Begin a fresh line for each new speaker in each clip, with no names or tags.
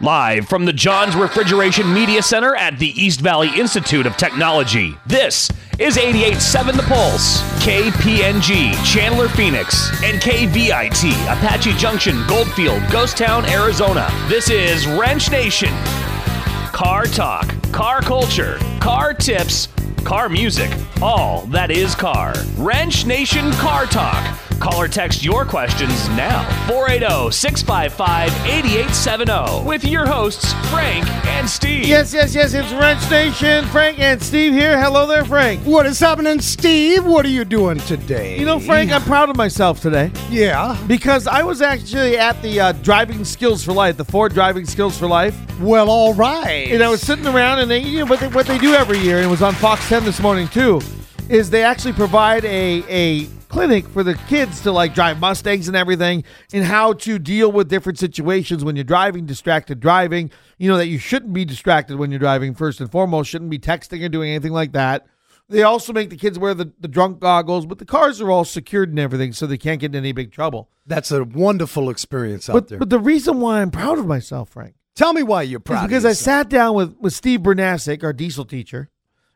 Live from the Johns Refrigeration Media Center at the East Valley Institute of Technology, this is 88.7 The Pulse, KPNG, Chandler, Phoenix, and KVIT, Apache Junction, Goldfield, Ghost Town, Arizona. This is Ranch Nation. Car talk, car culture, car tips, car music, all that is car. Ranch Nation Car Talk. Call or text your questions now. oh, 480 655 8870 with your hosts, Frank and Steve.
Yes, yes, yes. It's Ranch Station. Frank and Steve here. Hello there, Frank.
What is happening, Steve? What are you doing today?
You know, Frank, I'm proud of myself today
yeah.
because I was actually at the uh, Driving Skills for Life, the Ford Driving Skills for Life,
Well, all right.
and I was sitting around, and they, you know, what they, what they do every year, and it was on Fox 10 this morning too, is they actually provide a a clinic for the kids to like drive Mustangs and everything, and how to deal with different situations when you're driving, distracted driving. You know that you shouldn't be distracted when you're driving. First and foremost, shouldn't be texting or doing anything like that. They also make the kids wear the, the drunk goggles, but the cars are all secured and everything, so they can't get in any big trouble.
that's a wonderful experience out
But
there.
but the reason why I'm proud of myself, Frank.
Tell me why you're proud.
It's
of
because I
yourself.
sat down with, with Steve Bernasek, our diesel teacher,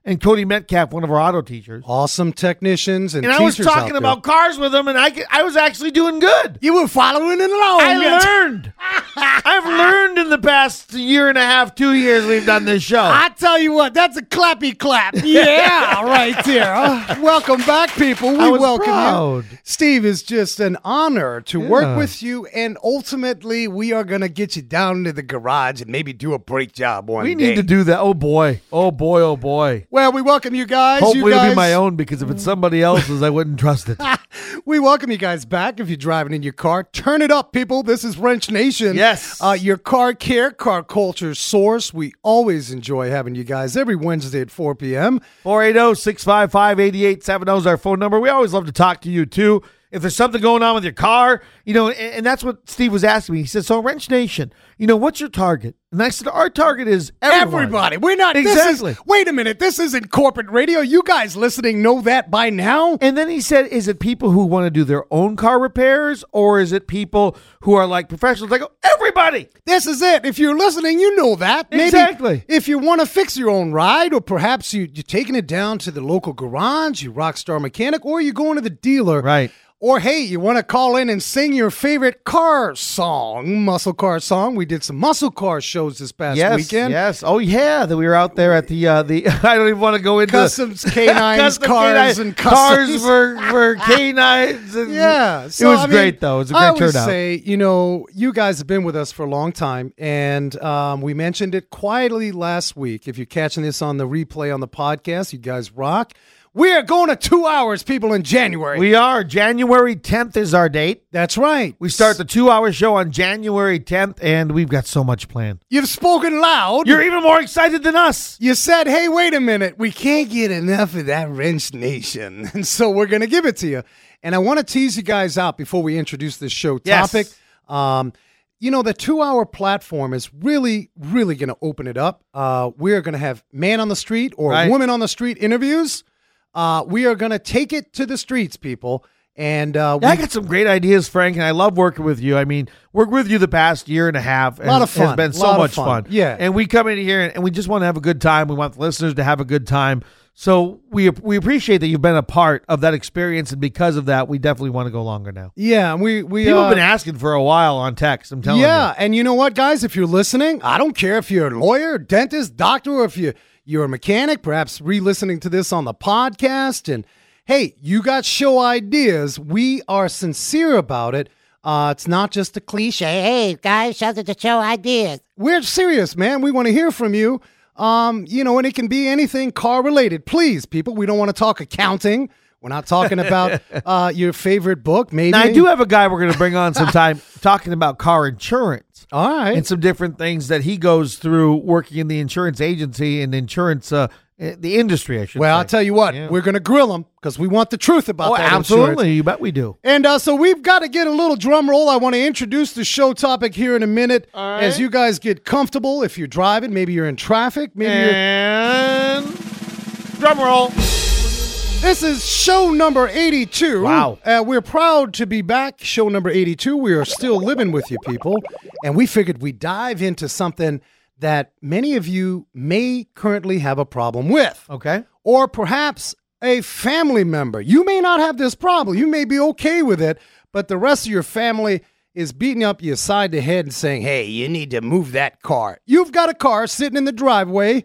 and Cody Metcalf, one of our auto teachers.
awesome technicians and,
And I was
teachers out
talking
there.
about cars with him, and I, could- I was actually doing good.
You were following it along.
I
That's-
learned. I've learned in the past year and a half, two years we've done this show.
I tell you what, that's a clappy clap. Yeah, right there. Uh, welcome back, people. We
I was
welcome
proud.
you. Steve, it's just an honor to
Yeah.
work with you, and ultimately, we are going to get you down to the garage and maybe do a brake job one
we
day.
need to do that. Oh, boy. Oh, boy. Oh, boy.
Well, we welcome you guys.
Hopefully
you
it'll
guys,
be my own because if it's somebody else's, I wouldn't trust it.
We welcome you guys back. If you're driving in your car, turn it up, people. This is Wrench Nation.
Yes.
Uh, your car care, car culture source. We always enjoy having you guys every Wednesday at 4 p.m.
oh, 480-655-8870 is our phone number. We always love to talk to you too. If there's something going on with your car, you know, and, and that's what Steve was asking me. He said, "So Wrench Nation, you know, what's your target?" And I said, "Our target is everyone.
Everybody, we're not this is-
exactly."
wait a minute, this isn't corporate radio. You guys listening know that by now.
And then he said, "Is it people who want to do their own car repairs, or is it people who are like professionals?" I go, "Everybody."
This is it. If you're listening, you know that. Maybe
Exactly.
If you want to fix your own ride, or perhaps you, you're taking it down to the local garage, you rockstar mechanic, or you're going to the dealer.
Right.
Or hey, you want to call in and sing your favorite car song, muscle car song. We did some muscle car shows this past
Yes,
weekend.
yes. Oh yeah, that we were out there at the uh, the. I don't even want to go into
Customs, canines,
Custom
cars,
canine-
and customs.
cars were, were canines. And
Yeah, so,
it was
I mean,
great though. It was a great
I always
turnout.
say, you know, you guys have been with us for a long time, and um, we mentioned it quietly last week. If you're catching this on the replay on the podcast, you guys rock. We are going to two hours, people, in January.
we are January 10th is our date.
That's right.
We start the two-hour show on January 10th, and we've got so much planned.
You've spoken loud.
You're even more excited than us.
you said, hey, wait a minute, we can't get enough of that wrench nation. And so we're going to give it to you. And I want to tease you guys out before we introduce this show
Yes.
topic. Um, you know, the two hour platform is really, really going to open it up. Uh, we're going to have man on the street or
Right.
woman on the street interviews. Uh, we are going to take it to the streets, people. And uh,
Yeah, I
we-
got some great ideas, Frank, and I love working with you. I mean, working with you the past year and a half and
Lot of
has
fun.
been so
Lot of
much fun.
fun. Yeah.
and we come in here and, and we just want to have a good time. We want the listeners to have a good time. So we we appreciate that you've been a part of that experience, and because of that, we definitely want to go longer now.
yeah, and we, we
People
uh,
have been asking for a while on text. I'm telling you.
Yeah, and you know what, guys? If you're listening, I don't care if you're a lawyer, dentist, doctor, or if you you're a mechanic, perhaps re-listening to this on the podcast. And hey, you got show ideas. We are sincere about it. Uh, it's not just a cliche. Hey,
guys, shout out to show ideas.
we're serious, man. We want to hear from you. Um, you know, and it can be anything car related. Please, people, we don't want to talk accounting. We're not talking about uh, your favorite book. Maybe
Now I do have a guy we're going to bring on sometime talking about car insurance
All right.
and some different things that he goes through working in the insurance agency and insurance uh, eh, the industry. I should
Well,
say.
I'll tell you what, we're going to grill them because we want the truth about
Oh,
that. insurance.
absolutely! You bet we do.
And uh, so we've got to get a little drum roll. I want to introduce the show topic here in a minute as you guys get comfortable. If you're driving, maybe you're in traffic, maybe you're.
And drum roll.
This is show number 82.
Wow.
Uh, we're proud to be back. Show number 82. We are still living with you people. And we figured we'd dive into something that many of you may currently have a problem with.
Okay.
Or perhaps a family member. You may not have this problem. You may be okay with it, but the rest of your family is beating up you side to head and saying, hey, you need to move that car. You've got a car sitting in the driveway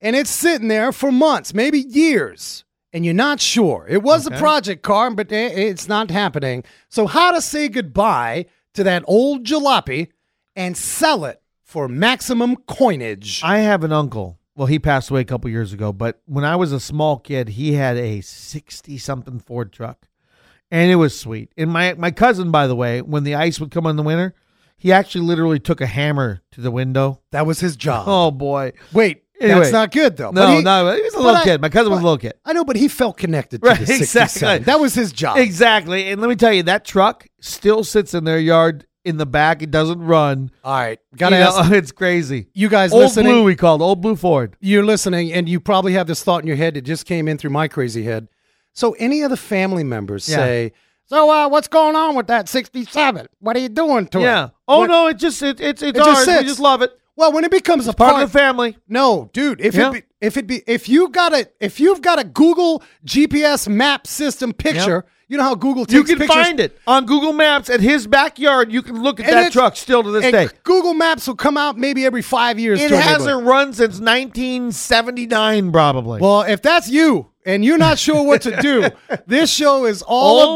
and it's sitting there for months, maybe years, and you're not sure. It was a project car, but i- it's not happening. So, how to say goodbye to that old jalopy and sell it for maximum coinage?
I have an uncle. Well, he passed away a couple years ago, but when I was a small kid, he had a 60 something Ford truck. And it was sweet. And my my cousin, by the way, when the ice would come in the winter, he actually literally took a hammer to the window.
that was his job.
Oh boy.
Wait,
Anyway.
that's not good though.
No, no, he was a
but
little
I-
kid. My cousin was a
but-
little kid.
I know, but he felt connected to
Right,
the 67.
exactly.
That was his job.
Exactly. And let me tell you, that truck still sits in their yard in the back. It doesn't run.
All right, gotta
You know,
ask
it's crazy.
you guys
Old
listening.
Blue, we called Old Blue Ford.
you're listening and you probably have this thought in your head it just came in through my crazy head so any of the family members
Yeah.
say so uh, what's going on with that 67 what are you doing to
Yeah.
it
Oh
When-
no, it just it, it's it's
It just
ours. we
sits.
just love it.
well when it becomes a
Part
part
of the family.
no dude if
Yeah.
it be, if it be if you got a if you've got a google gps map system picture you know how google takes
You can
pictures
find it on Google Maps at his backyard. You can look at
And
that
it's-
truck still to this
and
day.
google maps will come out maybe every five years
It
to a neighborhood.
hasn't run since 1979, probably.
Well, if that's you and you're not sure what to do, this show is all
All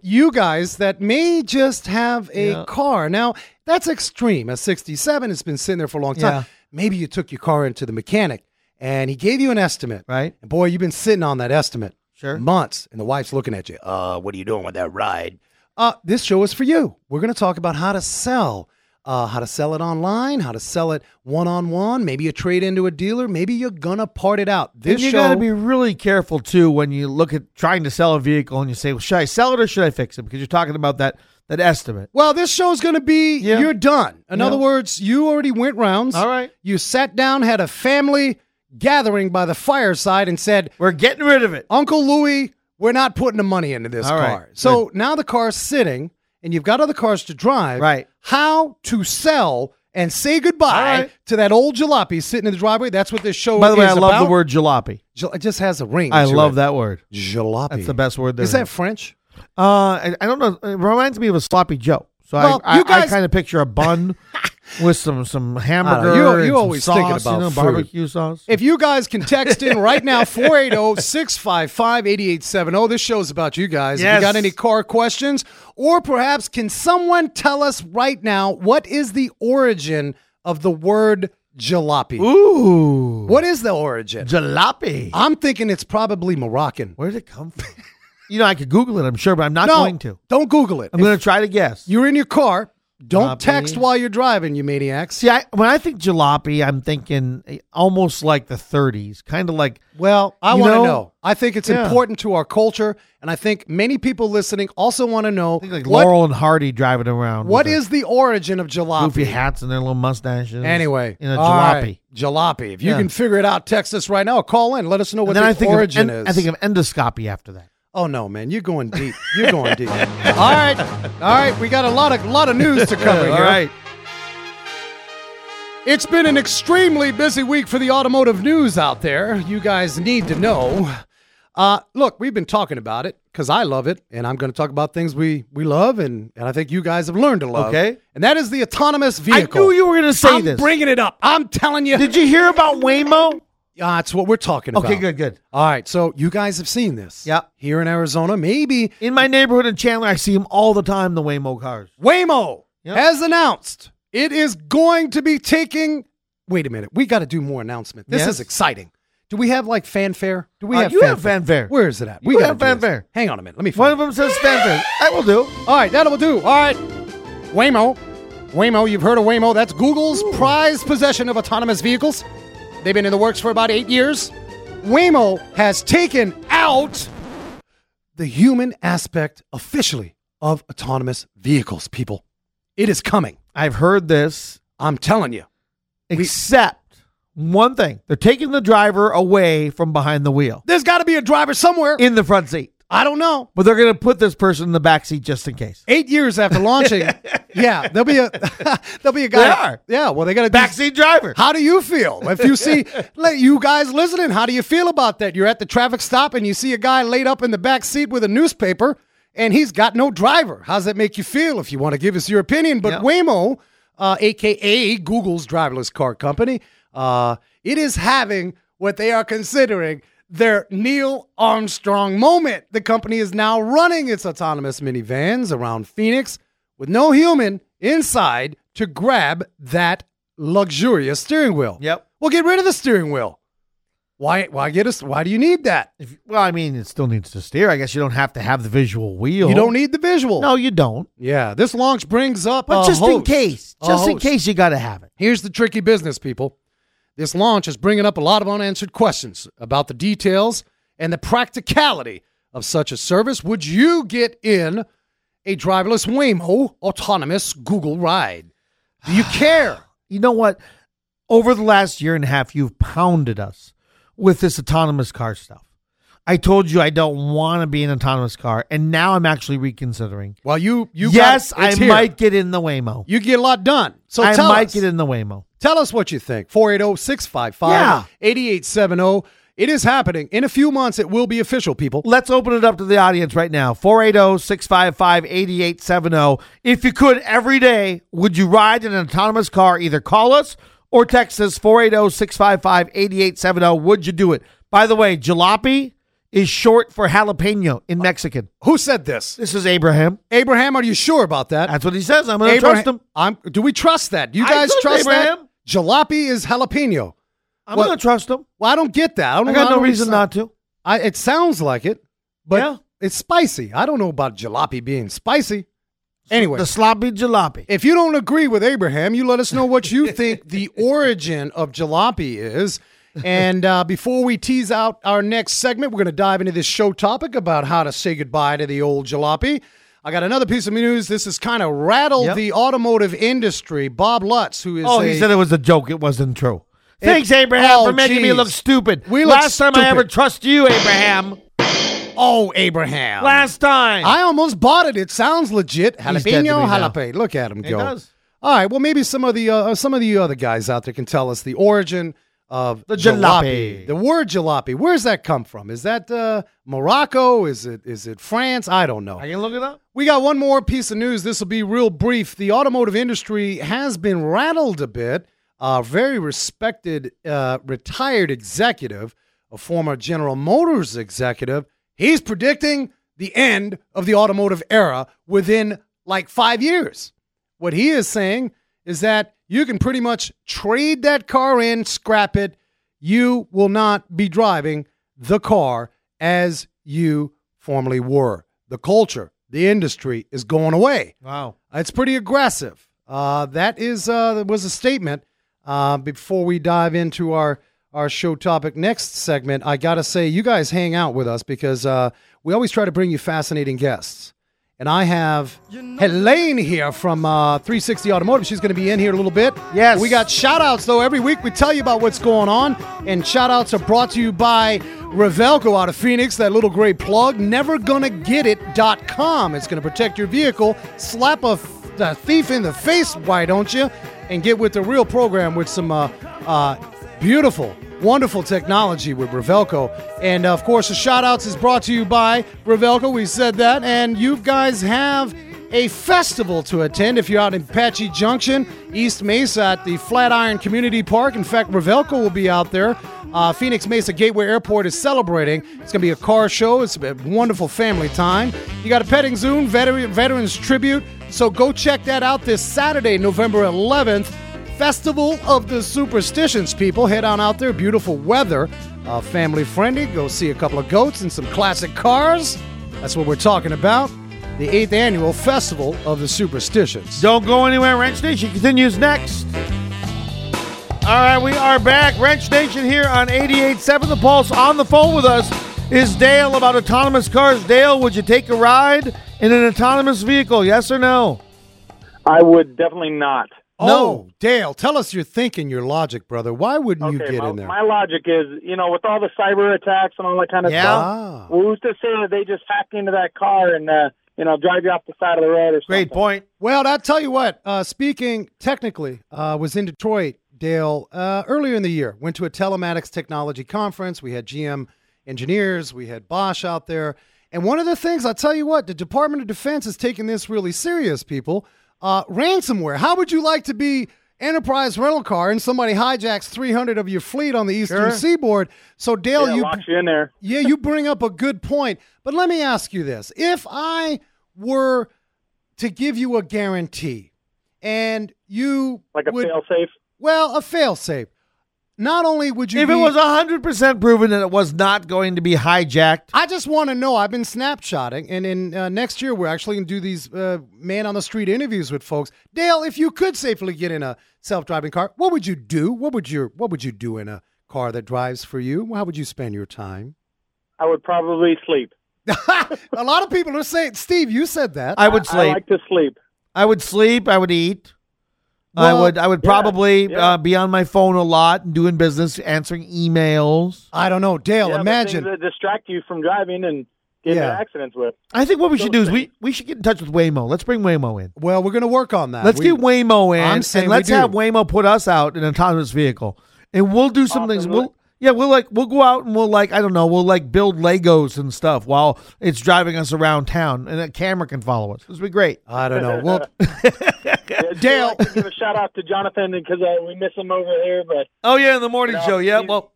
blue.
you guys that may just have a
Yeah.
car. Now, that's extreme. A 67, it's been sitting there for a long time.
Yeah.
Maybe you took your car into the mechanic and he gave you an estimate.
Right.
And boy, you've been sitting on that estimate
Sure.
months and the wife's looking at you. Uh, what are you doing with that ride? Uh, this show is for you. We're going to talk about how to sell, uh, how to sell it online, how to sell it one on one. Maybe you trade into a dealer. Maybe you're going to part it out. This
and you
show.
got to be really careful too when you look at trying to sell a vehicle and you say, "Well, should I sell it or should I fix it?" Because you're talking about that that estimate.
well, this show's going to be
Yeah.
you're done. In
Yeah.
other words, you already went rounds.
All right.
You sat down, had a family gathering by the fireside, and said,
We're getting rid of it.
Uncle Louis, we're not putting the money into this
All right.
car. So now the car's sitting and you've got other cars to drive.
Right.
How to sell and say goodbye
All right.
to that old jalopy sitting in the driveway. That's what this show
By the way,
is
I love
about.
the word jalopy.
Jal- it just has a ring.
I
to
love
it.
that word.
Jalopy.
That's the best word there
Is that French?
Uh, I, I don't know. It reminds me of a sloppy Joe. So
Well,
I, I,
you guys-
kind of picture a bun with some some hamburger.
I don't know. You-
and
you
some
always
sauce,
thinking
you
about
know,
food.
barbecue sauce.
If you guys can text in right now, oh, 480 655 8870. oh. This show's about you guys. If
Yes.
you got any car questions, or perhaps can someone tell us right now what is the origin of the word jalopy?
Ooh,
What is the origin?
jalopy?
I'm thinking it's probably Moroccan.
Where did it come from? you know, I could Google it. I'm sure, but I'm not
no,
going to.
don't Google it.
I'm going to try to guess.
If you're in your car. Don't
Jalopy.
text while you're driving, you maniacs.
See, I, when I think jalopy, I'm thinking eh, almost like the 30s, kind of like
Well, I
You
want to
know?
know? I think it's
Yeah.
important to our culture, and I think many people listening also want to know
I think like
what
Laurel and Hardy driving around.
What
with
is the origin of
their
jalopy?
goofy hats and their little mustaches?
Anyway,
in a
all
jalopy.
right, jalopy. If you
Yeah.
can figure it out, text us right now. Call in. Let us know
and
what
then
the
I think
origin
of, en-
is.
I think of endoscopy after that.
oh no, man, you're going deep. You're going deep. all right, all right. We got a lot of lot of news to cover
Uh,
here. It's been an extremely busy week for the automotive news out there. You guys need to know. Uh, look, we've been talking about it because I love it, and I'm going to talk about things we we love, and, and I think you guys have learned to love.
Okay.
and that is the autonomous
I
vehicle.
knew you were going to say
I'm
this.
bringing it up. I'm telling you.
Did you hear about Waymo?
Ah, That's what we're talking about.
Okay, good, good.
All right, so you guys have seen this.
Yeah.
Here in Arizona, maybe
In my neighborhood in Chandler, I see them all the time. The Waymo cars.
Waymo
Yeah.
has announced it is going to be taking. Wait a minute, we got to do more announcement. This
Yes.
is exciting. Do we have like fanfare? Do we
Uh,
have?
you have fanfare.
Where is it at?
You
gotta
have
do this.
fanfare.
Hang on a minute. Let me
One
find.
of them says fanfare. I will do.
All right, that'll do. All right, Waymo, Waymo. You've heard of Waymo? That's Google's prized possession of autonomous vehicles. They've been in the works for about eight years. Waymo has taken out the human aspect officially of autonomous vehicles. People, it is coming.
I've heard this,
I'm telling you.
except one thing they're taking the driver away from behind the wheel
There's got to be a driver somewhere.
in the front seat,
I don't know.
but they're going to put this person in the back seat just in case.
Eight years after launching, yeah, there'll be a there'll be a guy.
They are.
Yeah, well, they got a
Backseat driver.
How do you feel if you see let you guys listening? How do you feel about that? You're at the traffic stop and you see a guy laid up in the back seat with a newspaper and he's got no driver. How's that make you feel? If you want to give us your opinion, but
Yeah.
Waymo, uh, aka Google's driverless car company, uh, it is having what they are considering. Their Neil Armstrong moment. The company is now running its autonomous minivans around Phoenix with no human inside to grab that luxurious steering wheel.
Yep.
Well, get rid of the steering wheel. Why? Why get us? Why do you need that?
If, well, I mean, it still needs to steer. I guess you don't have to have the visual wheel.
You don't need the visual.
No, you don't.
Yeah. This launch brings up.
But
a
just in
host.
case,
A
just in
host.
case, you got to have it.
Here's the tricky business, people. This launch is bringing up a lot of unanswered questions about the details and the practicality of such a service. Would you get in a driverless Waymo autonomous Google ride? Do you care?
You know what? Over the last year and a half, you've pounded us with this autonomous car stuff. I told you I don't want to be an autonomous car, and now I'm actually reconsidering.
Well, you you got-
yes, I
it's here.
might get in the Waymo.
You get a lot done. So
I
tell
might
us.
get in the Waymo.
Tell us what you think. oh, 480-655-8870. oh. It is happening. In a few months, it will be official, people.
Let's open it up to the audience right now. 480-655-8870. If you could every day, would you ride in an autonomous car? Either call us or text us 480-655-8870. Would you do it? By the way, jalopy is short for jalapeno in Mexican.
Who said this?
This is Abraham.
Abraham, are you sure about that?
That's what he says. I'm going to
Abraham-
trust him.
I'm, do we trust that? Do you
I
guys
trust
trust
Abraham.
that? Jalopy is jalapeno.
I'm
Well,
going to trust him.
Well, I don't get that. I don't
I
know.
got no
don't
reason
understand.
not to.
I, it sounds like it, but
Yeah.
it's spicy. I don't know about jalopy being spicy. Anyway,
The sloppy jalopy.
If you don't agree with Abraham, you let us know what you think the origin of jalopy is. And uh, before we tease out our next segment, we're going to dive into this show topic about how to say goodbye to the old jalopy. I got another piece of news. This has kind of rattled
Yep.
the automotive industry. Bob Lutz, who is
Oh,
a,
he said it was a joke. It wasn't true. Thanks,
It-
Abraham,
Oh,
for making me
geez.
look stupid.
We look
Last time I
stupid.
ever trust you, Abraham.
oh Abraham.
Last time.
I almost bought it. It sounds legit.
He's dead to me
Jalapeno,
now.
jalapeno. Look at him go.
does.
All right. Well, maybe some of the uh, some of the other guys out there can tell us the origin of the
jalopy.
The word jalopy. Where's that come from? Is that uh, Morocco? Is it is it France? I don't know.
I can look it up.
We got one more piece of news. This will be real brief. The automotive industry has been rattled a bit. A very respected uh, retired executive, a former General Motors executive, he's predicting the end of the automotive era within like five years. What he is saying is that you can pretty much trade that car in, scrap it. You will not be driving the car as you formerly were. The culture, the industry is going away.
Wow.
It's pretty aggressive. Uh, that is uh, that was a statement. Uh, before we dive into our our show topic next segment, I gotta say you guys hang out with us because uh, we always try to bring you fascinating guests. And I have Helene here from uh, 360 Automotive. She's going to be in here in a little bit.
Yes.
We got shout outs, though. Every week we tell you about what's going on. And shout outs are brought to you by Revelco out of Phoenix, that little great plug. Nevergonnagetit.com. It's going to protect your vehicle. Slap a, f- a thief in the face, why don't you? And get with the real program with some uh, uh, Beautiful, wonderful technology with Revelco. And uh, of course, the shout outs is brought to you by Revelco. We said that. And you guys have a festival to attend if you're out in Apache Junction, East Mesa at the Flatiron Community Park. In fact, Revelco will be out there. Uh, Phoenix Mesa Gateway Airport is celebrating. It's going to be a car show. It's a wonderful family time. You got a petting zoo, veteran, veterans tribute. So go check that out this Saturday, November 11th. Festival of the Superstitions, people. Head on out there. Beautiful weather, uh, family friendly. Go see a couple of goats and some classic cars. That's what we're talking about. The eighth annual Festival of the Superstitions.
Don't go anywhere. Ranch Nation continues next. All right, we are back. Ranch Nation here on 88.7 The Pulse. On the phone with us is Dale about autonomous cars. Dale, would you take a ride in an autonomous vehicle? Yes or no?
I would definitely not.
No, Dale, tell us your thinking, your logic, brother. Why wouldn't you get
my,
in there?
my logic is, you know, with all the cyber attacks and all that kind of
Yeah.
stuff,
ah,
who's to say that they just hacked into that car and, uh, you know, drive you off the side of the road or something?
Great point.
well, I tell you what. Uh, speaking technically, uh, was in Detroit, Dale, uh, earlier in the year. Went to a telematics technology conference. We had GM engineers, we had Bosch out there, and one of the things I tell you what, the Department of Defense is taking this really serious, people. Uh, ransomware. How would you like to be? Enterprise rental car, and somebody hijacks 300 of your fleet on the eastern
Sure.
seaboard. So, Dale,
Yeah,
you
locks you in there.
Yeah, you bring up a good point. But let me ask you this. If I were to give you a guarantee and you
Like a
would,
fail safe.
well, a fail safe. Not only would you
If
be,
it was hundred percent proven that it was not going to be hijacked,
I just want to know. I've been snapshotting, and in uh, next year we're actually going to do these uh, man on the street interviews with folks. Dale, if you could safely get in a self driving car, what would you do? What would your What would you do in a car that drives for you? How would you spend your time?
I would probably sleep.
a lot of people are saying, Steve, you said that.
I would
I
sleep.
like to sleep.
I would sleep. I would eat. I
Well,
would. I would
yeah,
probably
yeah.
Uh, be on my phone a lot, doing business, answering emails.
I don't know, Dale.
Yeah, but
imagine.
things that distract you from driving and getting
Yeah.
in accidents with.
I think what we should do is we, we should get in touch with Waymo. Let's bring Waymo in.
well, we're going to work on that.
Let's
We-
get Waymo in,
I'm saying
and
we
let's
do.
have Waymo put us out in an autonomous vehicle, and we'll do some things. We'll yeah, we'll like we'll go out and we'll like I don't know, we'll like build Legos and stuff while it's driving us around town, and a camera can follow us. This would be great.
I don't know. Well,
Yeah, I'd
Dale.
like to give a shout out to Jonathan because uh, we miss him over here, but
Oh yeah, in the morning
you know,
show. Yeah,
he's-
well,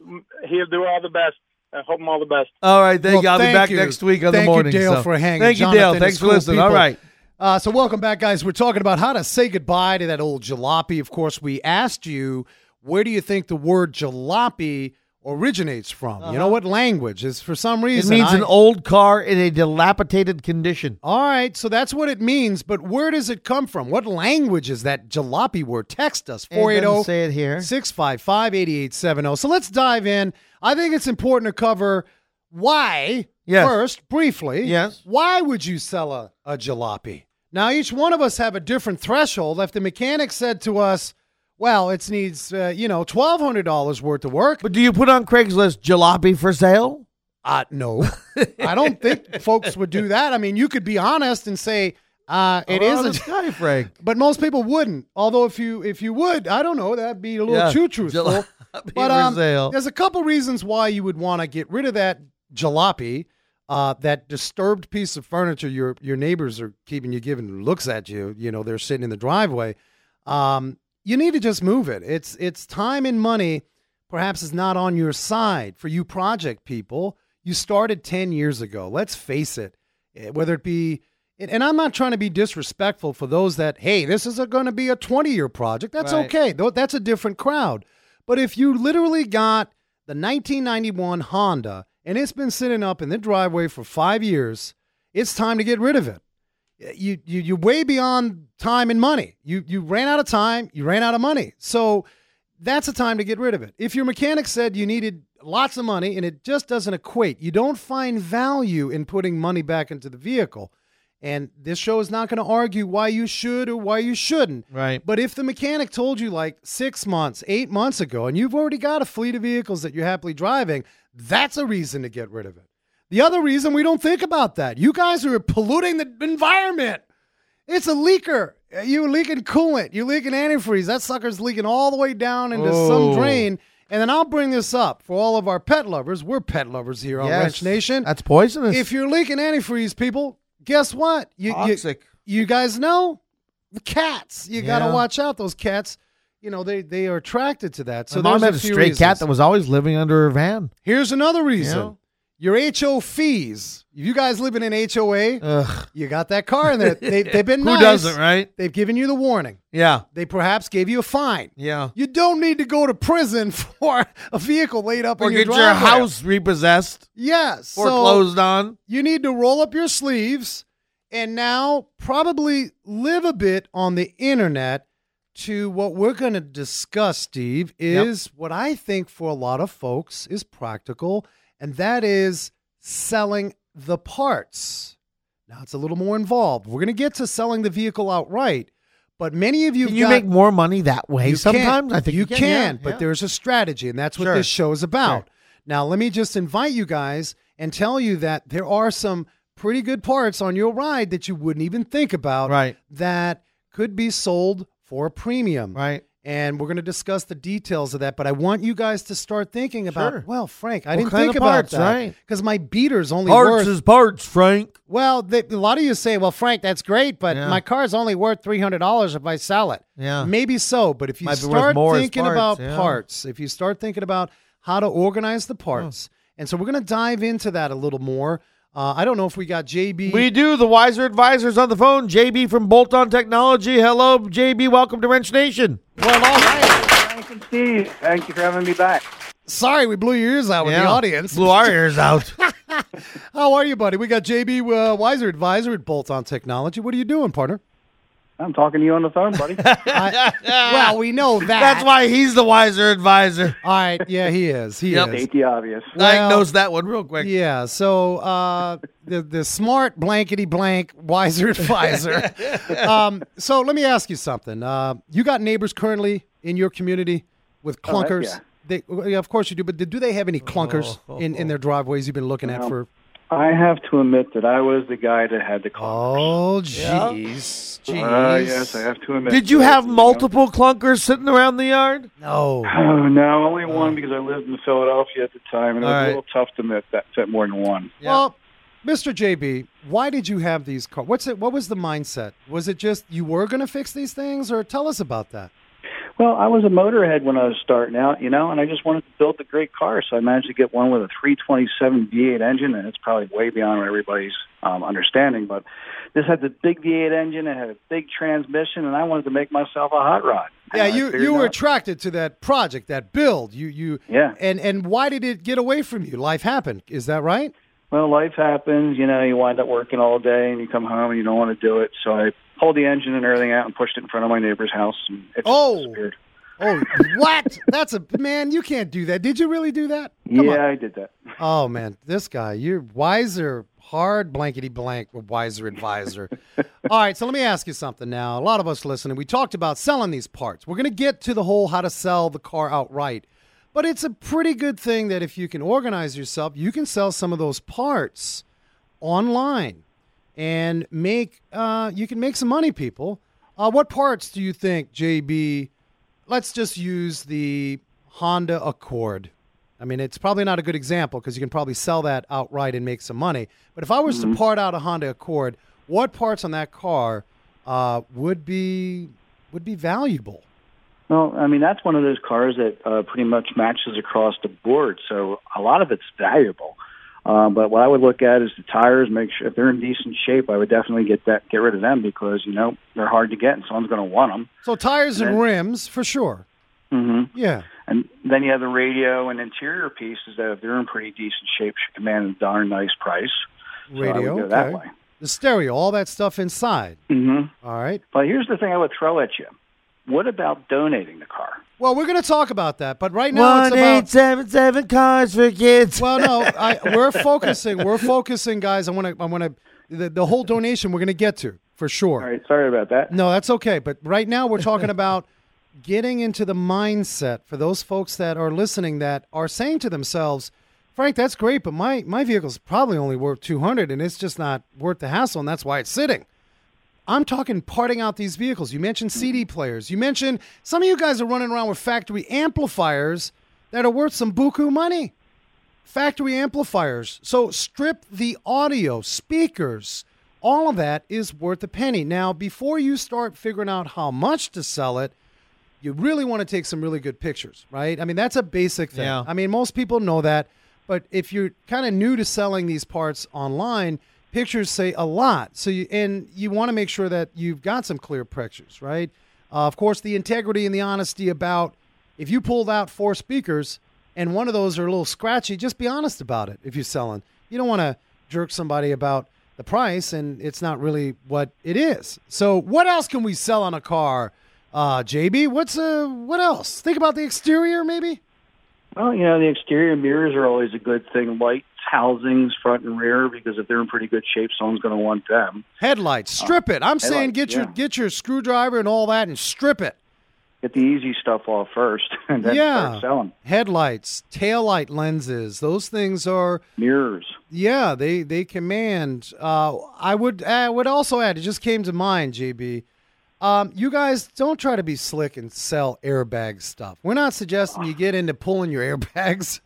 he'll do all the best. I hope him all the best.
all right, thank
well,
you. I'll
thank
be back
you.
next week on
thank
the morning.
you, Dale,
show.
for hanging.
Thank you,
Jonathan
Dale.
is
Thanks
cool
for listening. All
people.
right.
Uh, so, welcome back, guys. We're talking about how to say goodbye to that old jalopy. Of course, we asked you where do you think the word jalopy originates from? You
Uh-huh.
know what language is for some
It
reason.
means
I-
an old car in a dilapidated condition.
All right, so that's what it means, but where does it come from? What language is that jalopy word? Text us
It doesn't
480
say it here.
655 8870. oh. So let's dive in. I think it's important to cover why
Yes.
first, briefly.
Yes.
Why would you sell a, a jalopy? Now, each one of us have a different threshold. If the mechanic said to us, well, it needs, uh, you know, $1,200 worth of work,
But do you put on Craigslist jalopy for sale?
uh, no, I don't think folks would do that. I mean, you could be honest and say, uh, it is
a
a
sky, Oh, Frank.
but most people wouldn't. Although if you if you would, I don't know, that'd be a little
Yeah.
too truthful.
Jalopy
but
for
um,
sale.
there's a couple reasons why you would want to get rid of that jalopy, uh, that disturbed piece of furniture your your neighbors are keeping you giving looks at you. You know they're sitting in the driveway. Um, you need to just move it. It's it's time and money. Perhaps is not on your side for you project people. You started ten years ago. Let's face it. Eh, Whether it be and and I'm not trying to be disrespectful for those that hey, this is going to be a 20 year project. That's
Right.
okay. Tho- That's a different crowd. But if you literally got the 1991 Honda and it's been sitting up in the driveway for 5 years, it's time to get rid of it. You you you're way beyond time and money. You you ran out of time, you ran out of money. So that's the time to get rid of it. If your mechanic said you needed lots of money and it just doesn't equate, you don't find value in putting money back into the vehicle. And this show is not going to argue why you should or why you shouldn't.
Right.
But if the mechanic told you like six months, eight months ago, and you've already got a fleet of vehicles that you're happily driving, that's a reason to get rid of it. The other reason we don't think about that, you guys are polluting the environment. It's a leaker. You leaking coolant. You leaking antifreeze. That sucker's leaking all the way down into
Oh.
some drain. And then I'll bring this up for all of our pet lovers. We're pet lovers here on
Yes.
Ranch Nation.
That's poisonous.
If you're leaking antifreeze, people, guess what? You, you,
Toxic.
you guys know the cats. You got
Yeah.
to watch out. Those cats, you know, they, they are attracted to that. So
My mom
there's
had a
few
stray cat
reasons.
that was always living under her van.
Here's another reason.
Yeah.
Your HO fees. If you guys live in an HOA,
Ugh.
you got that car in there. They, they've been
Uh. Who
nice.
doesn't, right?
They've given you the warning.
Yeah.
They perhaps gave you a fine.
Yeah.
You don't need to go to prison for a vehicle laid up
Or
in
get
your
your
driveway.
house repossessed,
Yes. so
foreclosed on.
you need to roll up your sleeves and now probably live a bit on the internet to what we're going to discuss, Steve, is what I think for a lot of folks is practical, and that is selling the parts. Now it's a little more involved. We're going to get to selling the vehicle outright, But many of you
Can you make more money that way
you
sometimes?
Can.
I think
you,
you,
can,
yeah,
but
yeah.
there's a strategy, and that's what
Sure.
this show is about. Now, let me just invite you guys and tell you that there are some pretty good parts on your ride that you wouldn't even think about
Right.
that could be sold for a premium.
Right.
And we're going to discuss the details of that, but I want you guys to start thinking about,
Sure.
well, Frank, I
What
didn't
kind
think
of
about
parts,
that
right?
because my beater's only worth
Parts is parts, Frank.
well, they, a lot of you say, "Well, Frank, that's great, but
Yeah.
my car's only worth three hundred dollars if I sell it."
Yeah.
maybe so. But if you
Might be worth
start
more as
thinking
parts,
about
yeah.
parts, if you start thinking about how to organize the parts, and so we're going to dive into that a little more. Uh, I don't know if we got JB.
We do. The Wiser Advisors on the phone. JB from Bolt On Technology. Hello, JB. Welcome to Wrench Nation.
well, all right.
Frank and Steve, thank you for having me back.
Sorry, we blew your ears out with the audience.
Blew our ears out.
How are you, buddy? We got JB uh, Wiser Advisor at Bolt On Technology. What are you doing, partner?
I'm talking to you on the phone, buddy.
well, we know that.
Uh, That's why he's the Wiser Advisor.
All right. Yeah, he is. He
Yep.
is.
State the obvious.
Diagnose Uh, that one real quick.
Yeah. So uh, the the smart blankety blank wiser advisor. um, so let me ask you something. Uh, you got neighbors currently in your community with
Oh, heck
clunkers?
yeah.
They, well, yeah, of course you do, but do they have any clunkers in, in their driveways you've been looking at
No.
for?
I have to admit that I was the guy that had the call.
Oh, jeez, jeez.
Ah, yes, I have to admit.
Oh, Did you
that,
have
know.
multiple clunkers sitting around the yard?
No.
Oh, no, only one because I lived in Philadelphia at the time, and it was
Uh. All right.
a little tough to admit that set more than one.
Well, Mr. JB, why did you have these cars? What's it? What was the mindset? Was it just you were going to fix these things, or tell us about that?
Well, I was a motorhead when I was starting out, you know, and I just wanted to build a great car, so I managed to get one with a 327 V8 engine, and it's probably way beyond everybody's um, understanding. But this had the big V8 engine, it had a big transmission, and I wanted to make myself a hot rod.
Yeah,
And I
you
figured
you were
out-
attracted to that project, that build. You you
Yeah.
And and why did it get away from you? Life happened. Is that right?
well, life happens, you know, you wind up working all day, and you come home, and you don't want to do it. So I pulled the engine and everything out and pushed it in front of my neighbor's house, and it just
Oh.
disappeared.
Oh, what? That's a man. You can't do that. Did you really do that?
yeah, I did that.
Oh man, this guy. You're wiser, hard blankety blank, wiser advisor. All right, so let me ask you something now. A lot of us listening, we talked about selling these parts. We're gonna get to the whole how to sell the car outright, but it's a pretty good thing that if you can organize yourself, you can sell some of those parts online and make uh, you can make some money, people. Uh, what parts do you think, JB? Let's just use the Honda Accord. I mean, it's probably not a good example because you can probably sell that outright and make some money. But if I was
Mm-hmm.
to part out a Honda Accord, what parts on that car uh, would be would be valuable?
Well, I mean, that's one of those cars that uh, pretty much matches across the board. So a lot of it's valuable. Um, but what I would look at is the tires. Make sure if they're in decent shape, I would definitely get that, get rid of them because you know they're hard to get, and someone's going to want them.
So tires and
Yeah.
rims for sure.
Mm-hmm.
Yeah.
And then you have the radio and interior pieces that, if they're in pretty decent shape, should command a darn nice price. So I would
Radio.
go that
okay.
way.
The stereo, all that stuff inside.
Mm-hmm.
All right.
But here's the thing I would throw at you: What about donating the car?
Well, we're going to talk about that, but right now
One
it's about
eight seven seven cars for kids.
Well, no, I, we're focusing. We're focusing, guys. I want to. I want to. The, the whole donation we're going to get to for sure.
All right, sorry about that.
No, that's okay. But right now we're talking about getting into the mindset for those folks that are listening that are saying to themselves, "Frank, that's great, but my my vehicle's probably only worth two hundred, and it's just not worth the hassle, and that's why it's sitting." I'm talking parting out these vehicles. You mentioned CD players. You mentioned some of you guys are running around with factory amplifiers that are worth some buku money. Factory amplifiers. So strip the audio, speakers, all of that is worth a penny. Now, before you start figuring out how much to sell it, you really want to take some really good pictures, right? I mean, that's a basic thing.
Yeah.
I mean, most people know that. But if you're kind of new to selling these parts online, pictures say a lot. So you and you want to make sure that you've got some clear pictures, right? Uh, of course, the integrity and the honesty about if you pulled out four speakers and one of those are a little scratchy, just be honest about it if you're selling. You don't want to jerk somebody about the price and it's not really what it is. So what else can we sell on a car? Uh, JB, what's uh, what else? Think about the exterior, maybe.
Well, you know, the exterior mirrors are always a good thing. Lights, housings, front and rear, because if they're in pretty good shape, someone's going to want them.
Headlights, strip it. I'm saying
headlights,
get your
yeah.
get your screwdriver and all that and strip it.
Get the easy stuff off first, and then
yeah.
start selling
Headlights, taillight lenses. Those things are
mirrors.
yeah, they they command. Uh, I would I would also add. It just came to mind, JB. Um, you guys don't try to be slick and sell airbag stuff. We're not suggesting you get into pulling your airbags.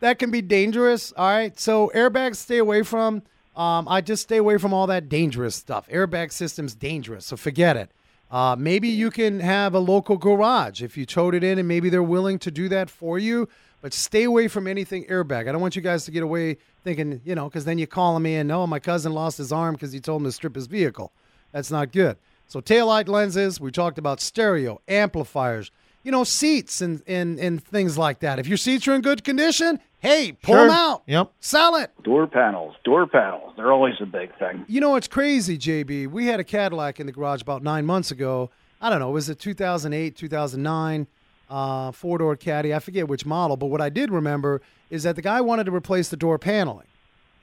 that can be dangerous. All right, so airbags stay away from. Um, I just stay away from all that dangerous stuff. Airbag system's dangerous, so forget it. Uh, maybe you can have a local garage if you towed it in, and maybe they're willing to do that for you. But stay away from anything airbag. I don't want you guys to get away thinking, you know, because then you call me and oh, my cousin lost his arm because you told him to strip his vehicle. That's not good. So taillight lenses, we talked about stereo, amplifiers, you know, seats and and and things like that. If your seats are in good condition, hey, pull
Sure.
them out.
Yep.
Sell it.
Door panels, door panels. They're always a big thing.
You know, it's crazy, JB. We had a Cadillac in the garage about nine months ago. I don't know, was it 2008, 2009, uh, four door Caddy? I forget which model, but what I did remember is that the guy wanted to replace the door paneling,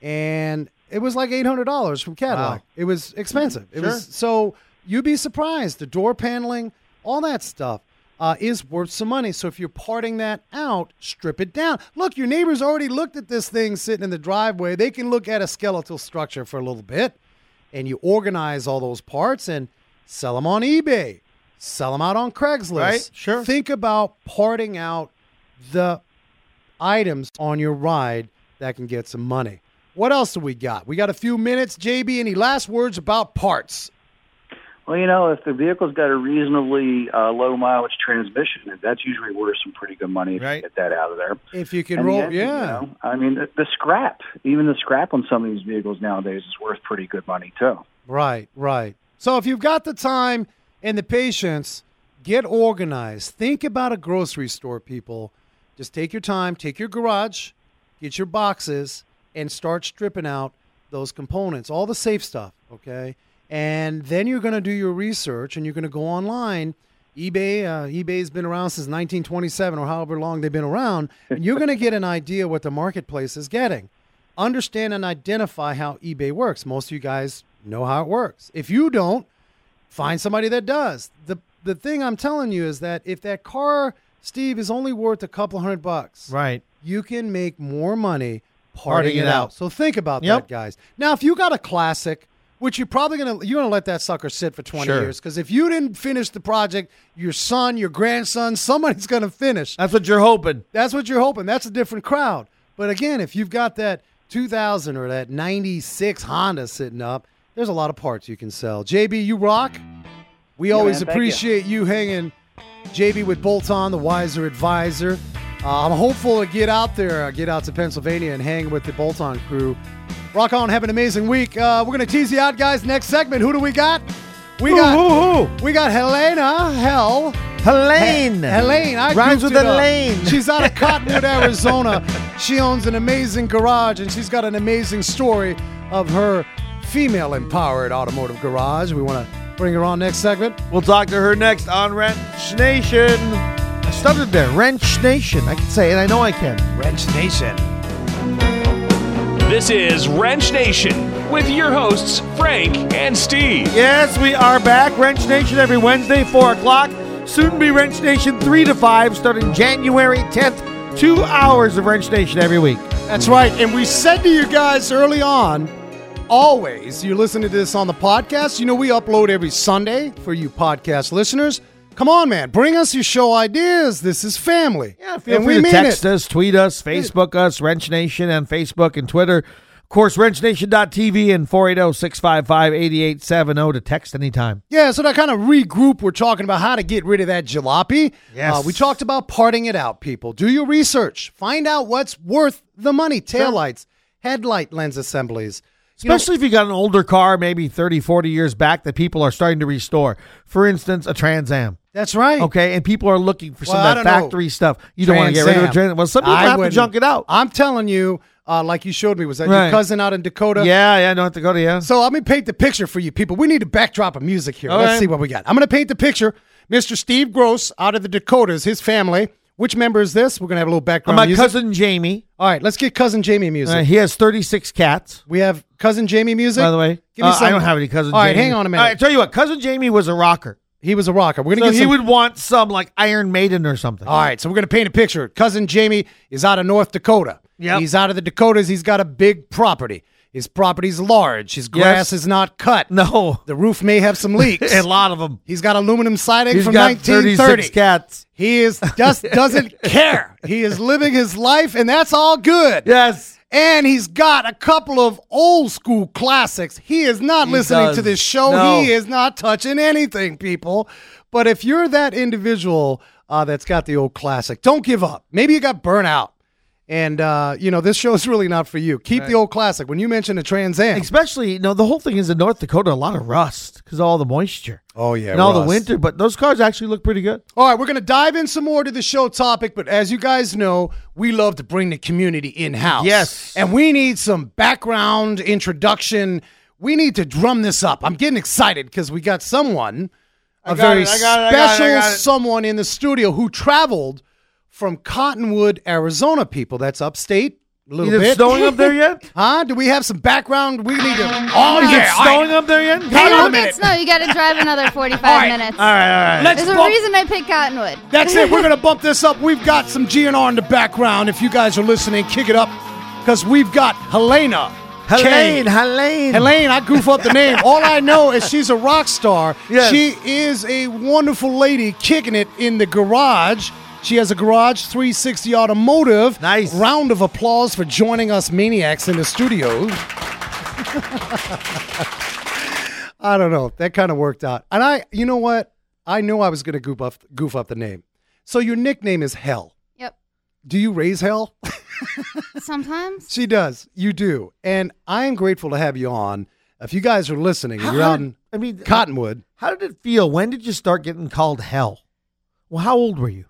and it was like $800 from Cadillac.
Wow.
It was expensive. It was so you'd be surprised. The door paneling, all that stuff. Uh, is worth some money. So if you're parting that out, strip it down. Look, your neighbors already looked at this thing sitting in the driveway. They can look at a skeletal structure for a little bit and you organize all those parts and sell them on eBay, sell them out on Craigslist.
Right, sure.
Think about parting out the items on your ride that can get some money. What else do we got? We got a few minutes. JB, any last words about parts?
Well, you know, if the vehicle's got a reasonably uh, low mileage transmission, that's usually worth some pretty good money if
Right.
you get that out of there.
If you can
And the
roll,
engine,
yeah.
you know, I mean, the, the scrap, even the scrap on some of these vehicles nowadays is worth pretty good money too.
Right, right. So if you've got the time and the patience, get organized. Think about a grocery store, people. Just take your time, take your garage, get your boxes, and start stripping out those components, all the safe stuff, okay? And then you're going to do your research and you're going to go online. eBay, uh, eBay's been around since 1927 or however long they've been around, and you're going to get an idea what the marketplace is getting understand and identify how eBay works. Most of you guys know how it works. If you don't, find somebody that does. The the thing I'm telling you is that if that car, Steve, is only worth a couple hundred bucks,
Right.
you can make more money parting
Parting
it
it
out.
out.
So think about
Yep.
that, guys. Now, if you got a classic, which you're probably gonna you're gonna let that sucker sit for 20
Sure.
years, because if you didn't finish the project, your son, your grandson, somebody's gonna finish.
That's what you're hoping.
That's what you're hoping. That's a different crowd. But again, if you've got that 2000 or that 96 Honda sitting up, there's a lot of parts you can sell. JB, you rock. We always
man. Thank you.
appreciate you. hanging. JB with Bolt on, the wiser advisor. Uh, I'm hopeful to get out there, uh, get out to Pennsylvania and hang with the Bolt on crew. Rock on, have an amazing week. Uh, we're going to tease you out, guys. Next segment, who do we got? We got
Ooh, ooh,
we got Helena Hell.
ooh. Helene.
Helene. I
Rhymes
goofed
with
it up.
Elaine.
She's out of Cottonwood, Arizona. She owns an amazing garage, and she's got an amazing story of her female empowered automotive garage. We want to bring her on next segment.
We'll talk to her next on Wrench Nation. I stuttered there. Wrench Nation. I can say it. I know I can.
Wrench Nation.
This is Wrench Nation with your hosts, Frank and Steve.
Yes, we are back. Wrench Nation every Wednesday, 4 o'clock. Soon to be Wrench Nation 3 to 5, starting January 10th. Two hours of Wrench Nation every week.
That's right. And we said to you guys early on, always, you listen to this on the podcast. You know, we upload every Sunday for you podcast listeners. Come on, man. Bring us your show ideas. This is family.
Yeah, feel
and
free to
we mean
text
it.
us, tweet us, Facebook us, Wrench Nation on Facebook and Twitter. Of course, wrenchnation.tv and 480-655-8870 to text anytime.
Yeah, so that kind of regroup, we're talking about how to get rid of that jalopy.
Yes.
Uh, we talked about parting it out, people. Do your research. Find out what's worth the money. Taillights, headlight lens assemblies. You know-
Especially if you got an older car, maybe 30, 40 years back, that people are starting to restore. For instance, a Trans Am.
that's right.
Okay, and people are looking for some
Well, I
of that
don't know.
factory stuff. You don't want to get rid of a
Trans
Trans
Am.
Am. Well, some people
I
have
wouldn't.
to junk it out.
I'm telling you, uh, like you showed me, was that your
Right.
cousin out in Dakota?
Yeah, yeah, North Dakota, yeah.
So let me paint the picture for you people. We need a backdrop of music here.
All
Let's
right.
see what we got. I'm going to paint the picture. Mr. Steve Gross out of the Dakotas, his family. Which member is this? We're gonna have a little background
My
music.
cousin Jamie,
All right, let's get cousin Jamie music.
uh, he has 36 cats.
We have cousin Jamie music.
By the way,
give me
Uh,
some.
I don't have any cousin.
All right,
Jamie.
hang on a minute.
All right, tell you what, cousin Jamie was a rocker,
He was a rocker. We're gonna
so
get
he
some- Uh,
would want some like Iron Maiden or something.
All right, so we're going to paint a picture. Cousin Jamie is out of North Dakota.
Yep.
He's out of the Dakotas. He's got a big property. His property's large. His grass
Yes.
is not cut.
no,
The roof may have some leaks.
a lot of them.
He's got aluminum siding
He's
from
got
1930.
36 cats.
He is just doesn't care. He is living his life, and that's all good.
Yes,
And he's got a couple of old school classics. He is not
He
listening
does.
to this show.
No.
He is not touching anything, people. But if you're that individual uh, that's got the old classic, don't give up. Maybe you got burnout. And, uh, you know, this show is really not for you. Keep the old classic. When you mention a Trans Am,
especially no. The whole thing is in North Dakota, a lot of rust because all the moisture.
Oh, yeah,
and all the
rust.
winter. But those cars actually look pretty good.
All right, we're going to dive in some more to the show topic, but as you guys know, we love to bring the community in house.
Yes.
And we need some background introduction. We need to drum this up. I'm getting excited because we got someone, a
got
very
it, I got it, I got it, I
special
got it.
someone in the studio who traveled from Cottonwood, Arizona, people. That's upstate. A little
Is it
bit.
snowing up there yet?
Huh? Do we have some background? We need
Is
to. Oh, yeah.
it
all right.
snowing up there yet?
Hang on a
don't
minute.
get snow. You got to drive another 45 minutes.
All right, all right.
Let's
There's a
bump-
reason I picked Cottonwood.
That's it. We're going to bump this up. We've got some GNR in the background. If you guys are listening, kick it up because we've got Helena.
Helene,
Kane.
Helene,
Helene, I goof up the name. All I know is she's a rock star.
Yes.
She is a wonderful lady kicking it in the garage. She has a garage 360 automotive.
Nice.
Round of applause for joining us maniacs in the studio. I don't know. That kind of worked out. And I, you know what? I knew I was going to goof up, goof up the name. So your nickname is Hell.
Yep.
Do you raise hell?
Sometimes.
she does. You do. And I am grateful to have you on. If you guys are listening, and you're out in
I mean, uh,
Cottonwood.
How did it feel? When did you start getting called hell? Well, how old were you?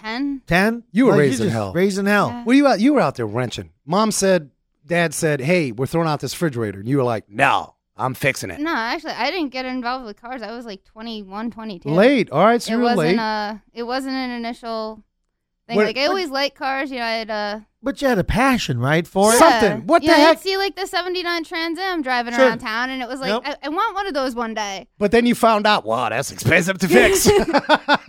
10.
Ten.
You were
Like,
raised in
just
hell.
Raising hell.
Yeah.
Well, you out, you were out there wrenching. Mom said, Dad said, "Hey, we're throwing out this refrigerator," and you were like, "No, I'm fixing it."
No, actually, I didn't get involved with cars. I was like 21, 22.
Late. All right, so
It
you were
wasn't,
late.
A, it wasn't an initial thing.
What-
like, I always liked cars. You know, I'd. Uh,
But you had a passion, right, for it.
Some- Something. What
you
the
know,
heck?
I'd see like the 79 Trans Am driving
Sure.
around town, and it was like,
Yep.
I, I want one of those one day.
But then you found out, wow, that's expensive to fix.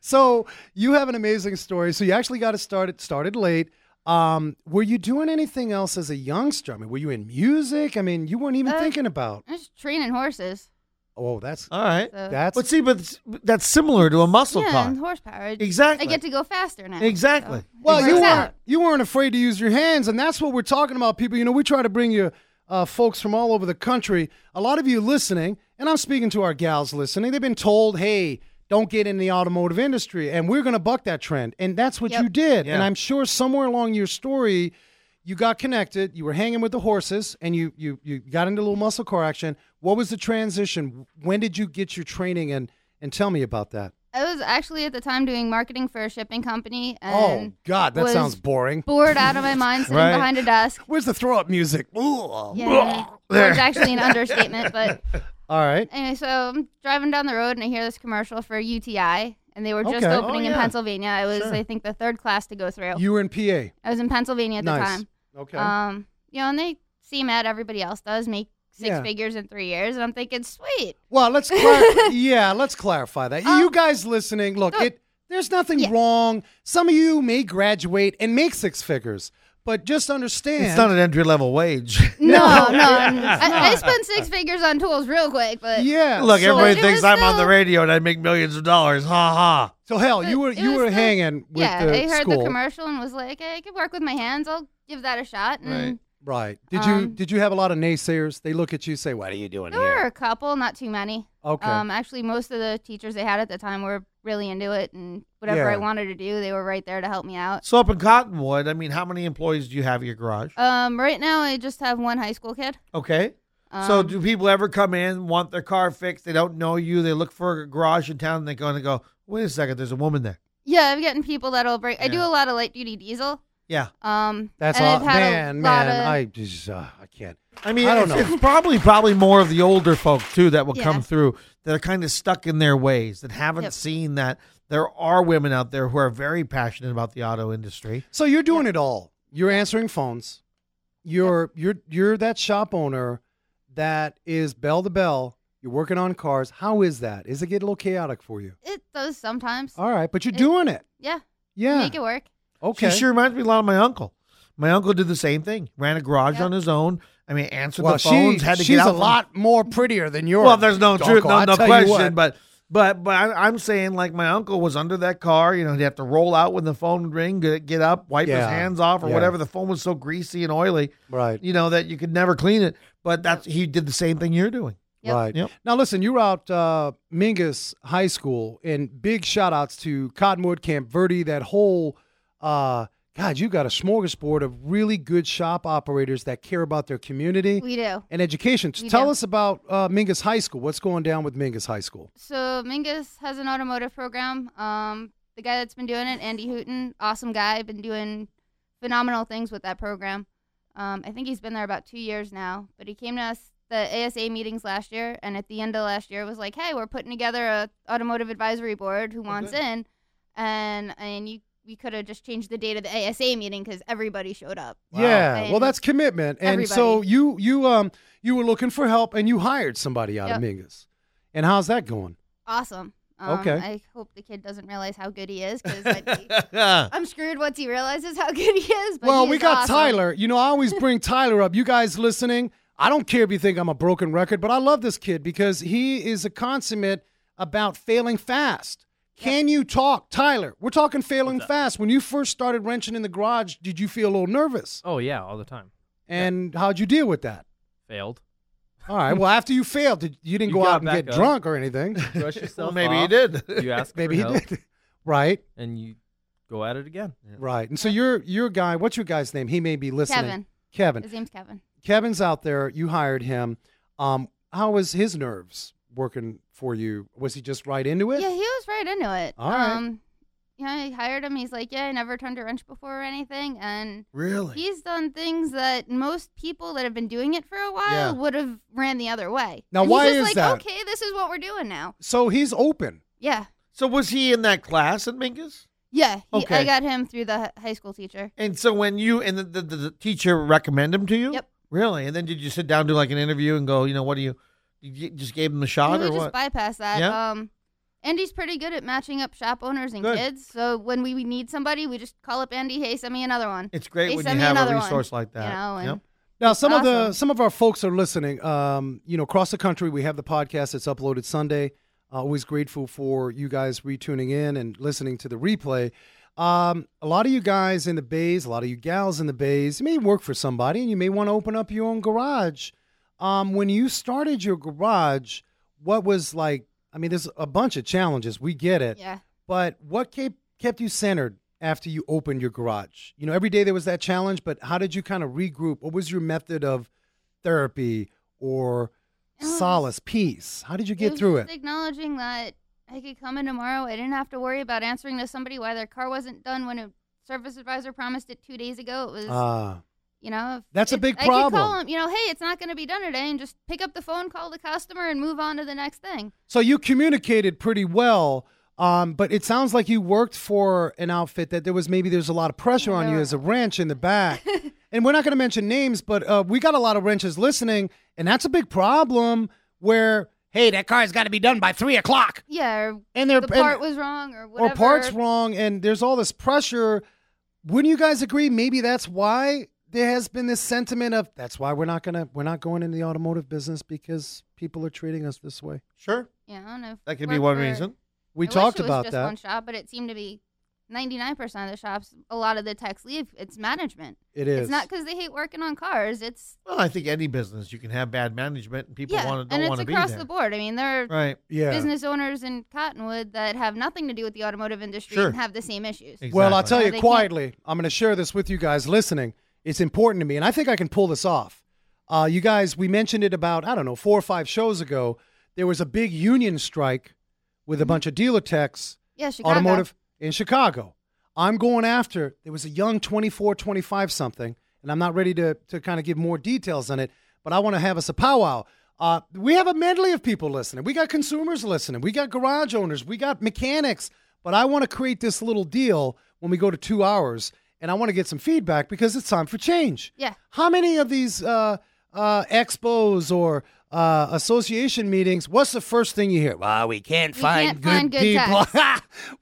so you have an amazing story. So you actually got it started started late. Um, were you doing anything else as a youngster? I mean, were you in music? I mean, you weren't even
Uh,
thinking about.
I was training horses.
Oh, that's
All right.
So.
that's.
But see, but s- that's similar to a muscle
Uh, yeah,
car.
and horsepower.
Exactly.
I get to go faster now.
Exactly.
so it
Well, you
works
weren't
out.
you weren't afraid to use your hands, and that's what we're talking about, people. You know, we try to bring you uh, folks from all over the country. A lot of you listening, and I'm speaking to our gals listening. They've been told, "Hey, don't get in the automotive industry," and we're going to buck that trend, and that's what
Yep.
you did. And
Yeah.
I'm sure somewhere along your story, you got connected. You were hanging with the horses, and you you you got into a little muscle car action. What was the transition? When did you get your training? And and tell me about that.
I was actually at the time doing marketing for a shipping company
Oh
and
God, that
was
sounds boring.
bored out of my mind sitting
Right.
behind a desk.
Where's the throw up music? Ooh.
Yeah. It's actually an understatement, but
All right.
anyway, so I'm driving down the road and I hear this commercial for UTI and they were just
Okay. Oh,
opening in
yeah.
Pennsylvania. I was I think the third class to go through.
You were in PA.
I was in Pennsylvania at
Nice.
the
Okay.
time. Um, you know, and they seem at everybody else does make six
Yeah.
figures in 3 years and I'm thinking, "Sweet.
well, let's clar- yeah, let's clarify that. you guys listening, look, it there's nothing
Um, Yeah.
wrong. Some of you may graduate and make six figures, but just understand.
It's not an entry level wage.
No, no. I, I spent six figures on tools real quick, but
yeah.
Look,
so,
everybody
But it
thinks
was
I'm on the
still-
radio and I make millions of dollars. Ha ha.
so hell, you
But
were
it
you
was
were
still-
hanging with
yeah,
the
I heard
school,
the commercial and was like, "Hey, I could work with my hands. I'll give that a shot. And
right? Did you
Um,
did you have a lot of naysayers? They look at you, say, "What are you doing
There
here?"
were a couple, not too many.
Okay.
Um, actually, most of the teachers they had at the time were really into it, and whatever
Yeah.
I wanted to do, they were right there to help me out.
So up in Cottonwood, I mean, how many employees do you have at your garage?
Um, right now, I just have one high school kid.
Okay.
Um,
so do people ever come in, want their car fixed? They don't know you. They look for a garage in town and they go and they go, wait a second, there's a woman there.
yeah, I'm getting people that'll break. I do
Yeah.
a lot of light duty diesel,
Yeah.
Um,
That's
and
all.
they've had a
Man,
lot
man,
of-
I just, uh, I can't.
I mean,
I don't
it's,
know.
it's probably probably more of the older folk too that will come
Yeah.
through that are kind of stuck in their ways that haven't
Yep.
seen that there are women out there who are very passionate about the auto industry.
So you're doing it all. You're answering phones. You're you're you're that shop owner that is bell to bell. You're working on cars. How is that? Is it getting a little chaotic for you?
It does sometimes.
All right, but you're
It-
doing it.
yeah.
Oh, Yeah.
Make it work.
Okay.
She sure reminds me a lot of my uncle. My uncle did the same thing. Ran a garage
Yeah.
on his own. I mean, answered
well,
the phones.
she,
had to
she's
get out
a
from-
lot more prettier than yours.
Well, there's no truth, no, no question.
But
But but but I, I'm saying like my uncle was under that car. You know, he'd have to roll out when the phone would ring, get, get up, wipe his
Yeah.
hands off or
Yeah.
whatever. The phone was so greasy and oily,
right,
you know, that you could never clean it. But that's he did the same thing you're doing.
Yep.
right.
Yep.
Now listen, you were out uh, Mingus High School, and big shout outs to Cottonwood, Camp Verde, that whole. Uh, God, you got a smorgasbord of really good shop operators that care about their community.
We do.
and education.
We
Tell
do.
us about uh, Mingus High School. What's going down with Mingus High School?
So Mingus has an automotive program. Um, the guy that's been doing it, Andy Hooten, awesome guy, been doing phenomenal things with that program. Um, I think he's been there about two years now, but he came to us the ASA meetings last year, and at the end of last year was like, "Hey, we're putting together a automotive advisory board. Who wants in?" And and you we could have just changed the date of the ASA meeting because everybody showed up.
Yeah,
And-
well, that's commitment. And so
Everybody.
you you um you were looking for help, and you hired somebody out of Mingus. And how's that going?
awesome. Um,
Okay.
I hope the kid doesn't realize how good he is because I'm screwed once he realizes how good he is. But
well,
he
we
is
got
awesome.
Tyler. You know, I always bring Tyler up. You guys listening? I don't care if you think I'm a broken record, but I love this kid because he is a consummate about failing fast. Can you talk, Tyler? We're talking failing fast. When you first started wrenching in the garage, did you feel a little nervous?
Oh yeah, all the time.
And how'd you deal with that?
Failed.
All right. Well, after you failed, did, you didn't
You
go
got
out and
back
get
up.
drunk or anything.
Brush yourself
maybe he
off.
did.
You ask
Maybe
for
he
help,
did. Right.
and you go at it again.
Right. And so your your guy, what's your guy's name? He may be listening.
Kevin.
Kevin.
His name's Kevin.
Kevin's out there. You hired him. Um, how was his nerves working for you? Was he just right into it?
Yeah, he was right into it.
All right.
Um, you know, I hired him. He's like, yeah, I never turned a wrench before or anything, and
really?
he's done things that most people that have been doing it for a while
Yeah.
would have ran the other way.
Now,
And
why
he's
is
just like,
that?
Okay, this is what we're doing now.
So he's open.
Yeah,
So was he in that class at Minkus?
yeah. He,
Okay.
I got him through the hi- high school teacher.
And so when you and the, the, the, the teacher recommend him to you?
Yep.
Really? And then did you sit down do like an interview and go, you know, what do you? You g- just gave him the shot
we
or
just
what?
bypass that.
Yeah.
Um, Andy's pretty good at matching up shop owners and
Good.
kids. So when we, we need somebody, we just call up Andy. Hey, send me another one.
It's great
Hey,
when
send
you
me
have a
another one,
resource like that.
you know, and-
Yep.
Now, some of the
Awesome.
some of our folks are listening. Um, you know, across the country, we have the podcast that's uploaded Sunday. Uh, always grateful for you guys retuning in and listening to the replay. Um, a lot of you guys in the bays, a lot of you gals in the bays, you may work for somebody and you may want to open up your own garage. Um, when you started your garage, what was like? I mean, there's a bunch of challenges. We get it.
Yeah.
But what kept kept you centered after you opened your garage? You know, every day there was that challenge, but how did you kind of regroup? What was your method of therapy or
It was-
solace, peace? How did you
It
get
was
through
just
it?
Acknowledging that I could come in tomorrow, I didn't have to worry about answering to somebody why their car wasn't done when a service advisor promised it two days ago. It was,
Ah,
you know, if
that's a
it-
big
I could call
problem.
them, you know, hey, it's not going to be done today, and just pick up the phone, call the customer, and move on to the next thing.
so you communicated pretty well. Um, but it sounds like you worked for an outfit that there was maybe there's a lot of pressure on you
Yeah.
as a wrench in the back. and we're not going to mention names, but uh, we got a lot of wrenches listening, and that's a big problem. Where hey, that car's got to be done by three o'clock.
Yeah, or
and their
the
and-
part was wrong, or whatever.
or parts wrong, and there's all this pressure. Wouldn't you guys agree? Maybe that's why there has been this sentiment of that's why we're not gonna we're not going into the automotive business because people are treating us this way.
Sure.
Yeah, I don't know. if
That could
work
be one
for-
reason.
We
I wish
talked
it was
about
just
that.
One shop, but it seemed to be 99% of the shops. A lot of the techs leave. It's management.
It is
It's not because they hate working on cars. It's
Well, I think any business you can have bad management and people
yeah,
want to
and
don't
it's
want to be
across
there.
the board. I mean, there are
Right.
yeah.
business owners in Cottonwood that have nothing to do with the automotive industry
Sure.
and have the same issues.
Exactly.
Well, I'll tell
No,
you
they can't.
quietly, I'm going to share this with you guys listening. It's important to me, and I think I can pull this off. Uh, you guys, we mentioned it about, I don't know, four or five shows ago. There was a big
Mm-hmm.
union strike with a bunch of dealer techs
Yeah, Chicago.
automotive in Chicago. I'm going after, there was a young 24, 25 something, and I'm not ready to, to kind of give more details on it, but I want to have us a powwow. Uh, we have a medley of people listening. We got consumers listening. We got garage owners. We got mechanics. But I want to create this little deal when we go to two hours, and I want to get some feedback because it's time for change.
Yeah.
How many of these uh, uh, expos or uh, association meetings? What's the first thing you hear? Well, we can't
We
find
can't find
good
good
people.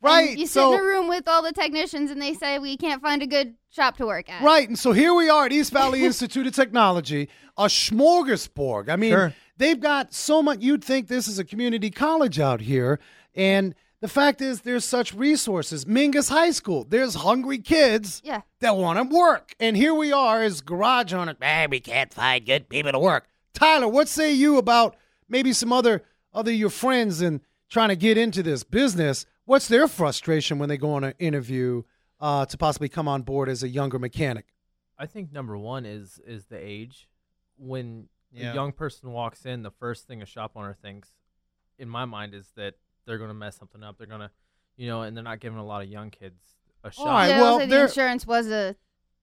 right.
And you sit
so
in a room with all the technicians and they say, we can't find a good shop to work at.
right, and so here we are at East Valley Institute of Technology, a smorgasbord. I mean,
Sure.
they've got so much. You'd think this is a community college out here, and the fact is, there's such resources. Mingus High School. There's hungry kids.
Yeah.
that want to work. And here we are as garage owners. Man, we can't find good people to work. Tyler, what say you about maybe some other other your friends and trying to get into this business? What's their frustration when they go on an interview uh, to possibly come on board as a younger mechanic?
I think number one is is the age. When
Yeah.
a young person walks in, the first thing a shop owner thinks, in my mind, is that they're gonna mess something up. They're gonna, you know, and they're not giving a lot of young kids a shot.
right,
Oh, yeah,
well,
also the
there-
insurance was a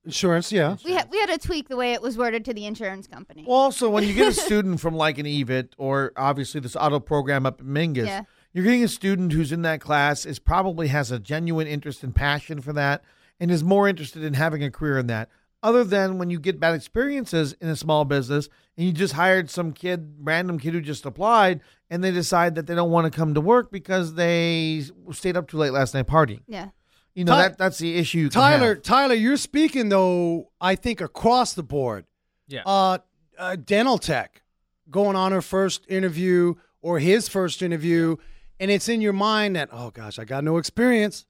Insurance, yeah.
we had we had to tweak the way it was worded to the insurance company.
Also, when you get a student from like an E EVIT or obviously this auto program up at Mingus,
Yeah.
you're getting a student who's in that class is probably has a genuine interest and passion for that and is more interested in having a career in that. Other than when you get bad experiences in a small business and you just hired some kid, random kid who just applied, and they decide that they don't want to come to work because they stayed up too late last night partying.
yeah.
You know,
Ty-
that that's the issue. you can
Tyler,
have.
Tyler, you're speaking though. I think across the board.
Yeah.
Uh, uh, dental tech going on her first interview or his first interview, and it's in your mind that oh gosh, I got no experience,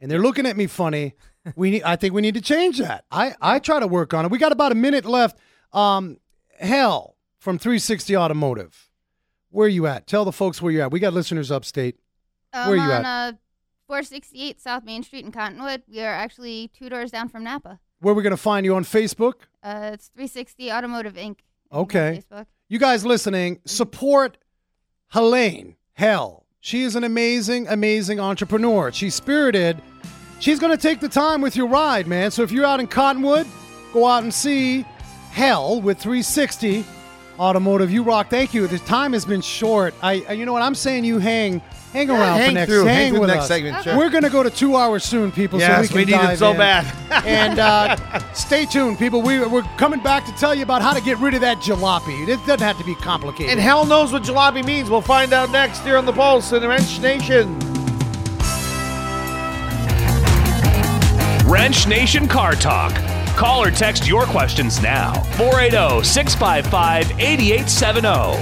and they're looking at me funny. We need, I think we need to change that. I I try to work on it. We got about a minute left. Um, hell from 360 Automotive. Where you at? Tell the folks where you're at. We got listeners upstate.
Um,
Where you
on Uh, 468 South Main Street in Cottonwood. We are actually two doors down from Napa.
Where we're gonna find you on Facebook.
Uh, it's 360 Automotive Inc. on
Okay.
Facebook.
you guys listening, support Helene Hell. She is an amazing, amazing entrepreneur. She's spirited. She's going to take the time with your ride, man. So if you're out in Cottonwood, go out and see Hell with 360 Automotive. You rock. Thank you. The time has been short. I, I- you know what I'm saying? You hang, hang around for
hang
next,
through,
hang,
hang, through
with
the next
us.
segment. Sure.
We're going to go to two hours soon, people.
Yes,
so
we
we, can
need it
dive
so
in.
bad.
and uh, stay tuned, people. We, we're coming back to tell you about how to get rid of that jalopy. It doesn't have to be complicated.
And hell knows what jalopy means. We'll find out next here on The Pulse in Wrench Nation.
Wrench Nation Car Talk. Call or text your questions now. oh, 480 655 8870.
All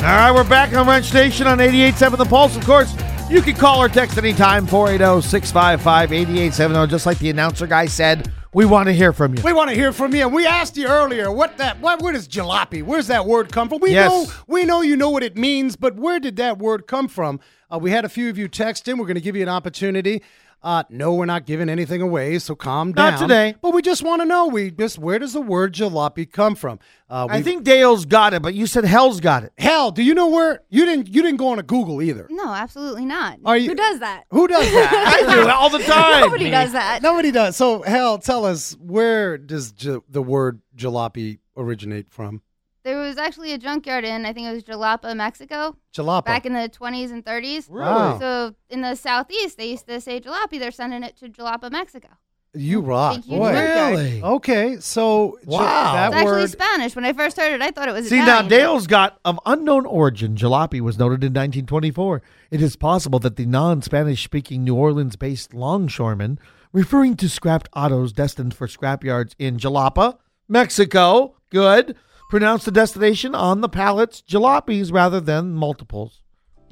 right, we're back on Wrench Nation on 88.7 The Pulse. Of course, you can call or text anytime, 480-655-8870. Just like the announcer guy said, we want to hear from you.
we want to hear from you. And we asked you earlier what that what where does jalopy? Where's that word come from? We
Yes.
know we know you know what it means, but where did that word come from? Uh, we had a few of you text in. We're going to give you an opportunity. Uh, no, we're not giving anything away, so calm down.
Not today.
But we just want to know. We just where does the word jalopy come from? Uh,
I
we-
think Dale's got it, but you said hell's got it.
hell. Do you know where you didn't you didn't go on a Google either?
No, absolutely not.
Are you-
Who does that?
Who does that?
I do it all the time.
Nobody does that.
Nobody does. So, Hal, tell us where does j- the word jalopy originate from?
There was actually a junkyard in, I think it was Jalapa, Mexico,
Jalapa.
back in the 20s and 30s.
Wow.
So in the southeast, they used to say jalopy. They're sending it to Jalapa, Mexico.
you rock,
Thank you,
Ah, boy.
Jim.
Really?
Okay, so j-
Wow.
that
It's actually
word.
Spanish. When I first heard it, I thought it was
See, now
Italian.
Dale's got of unknown origin. Jalopy was noted in 1924. It is possible that the non Spanish speaking New Orleans based longshoreman, referring to scrapped autos destined for scrapyards in Jalapa, Mexico, good, pronounced the destination on the pallets jalopies rather than multiples.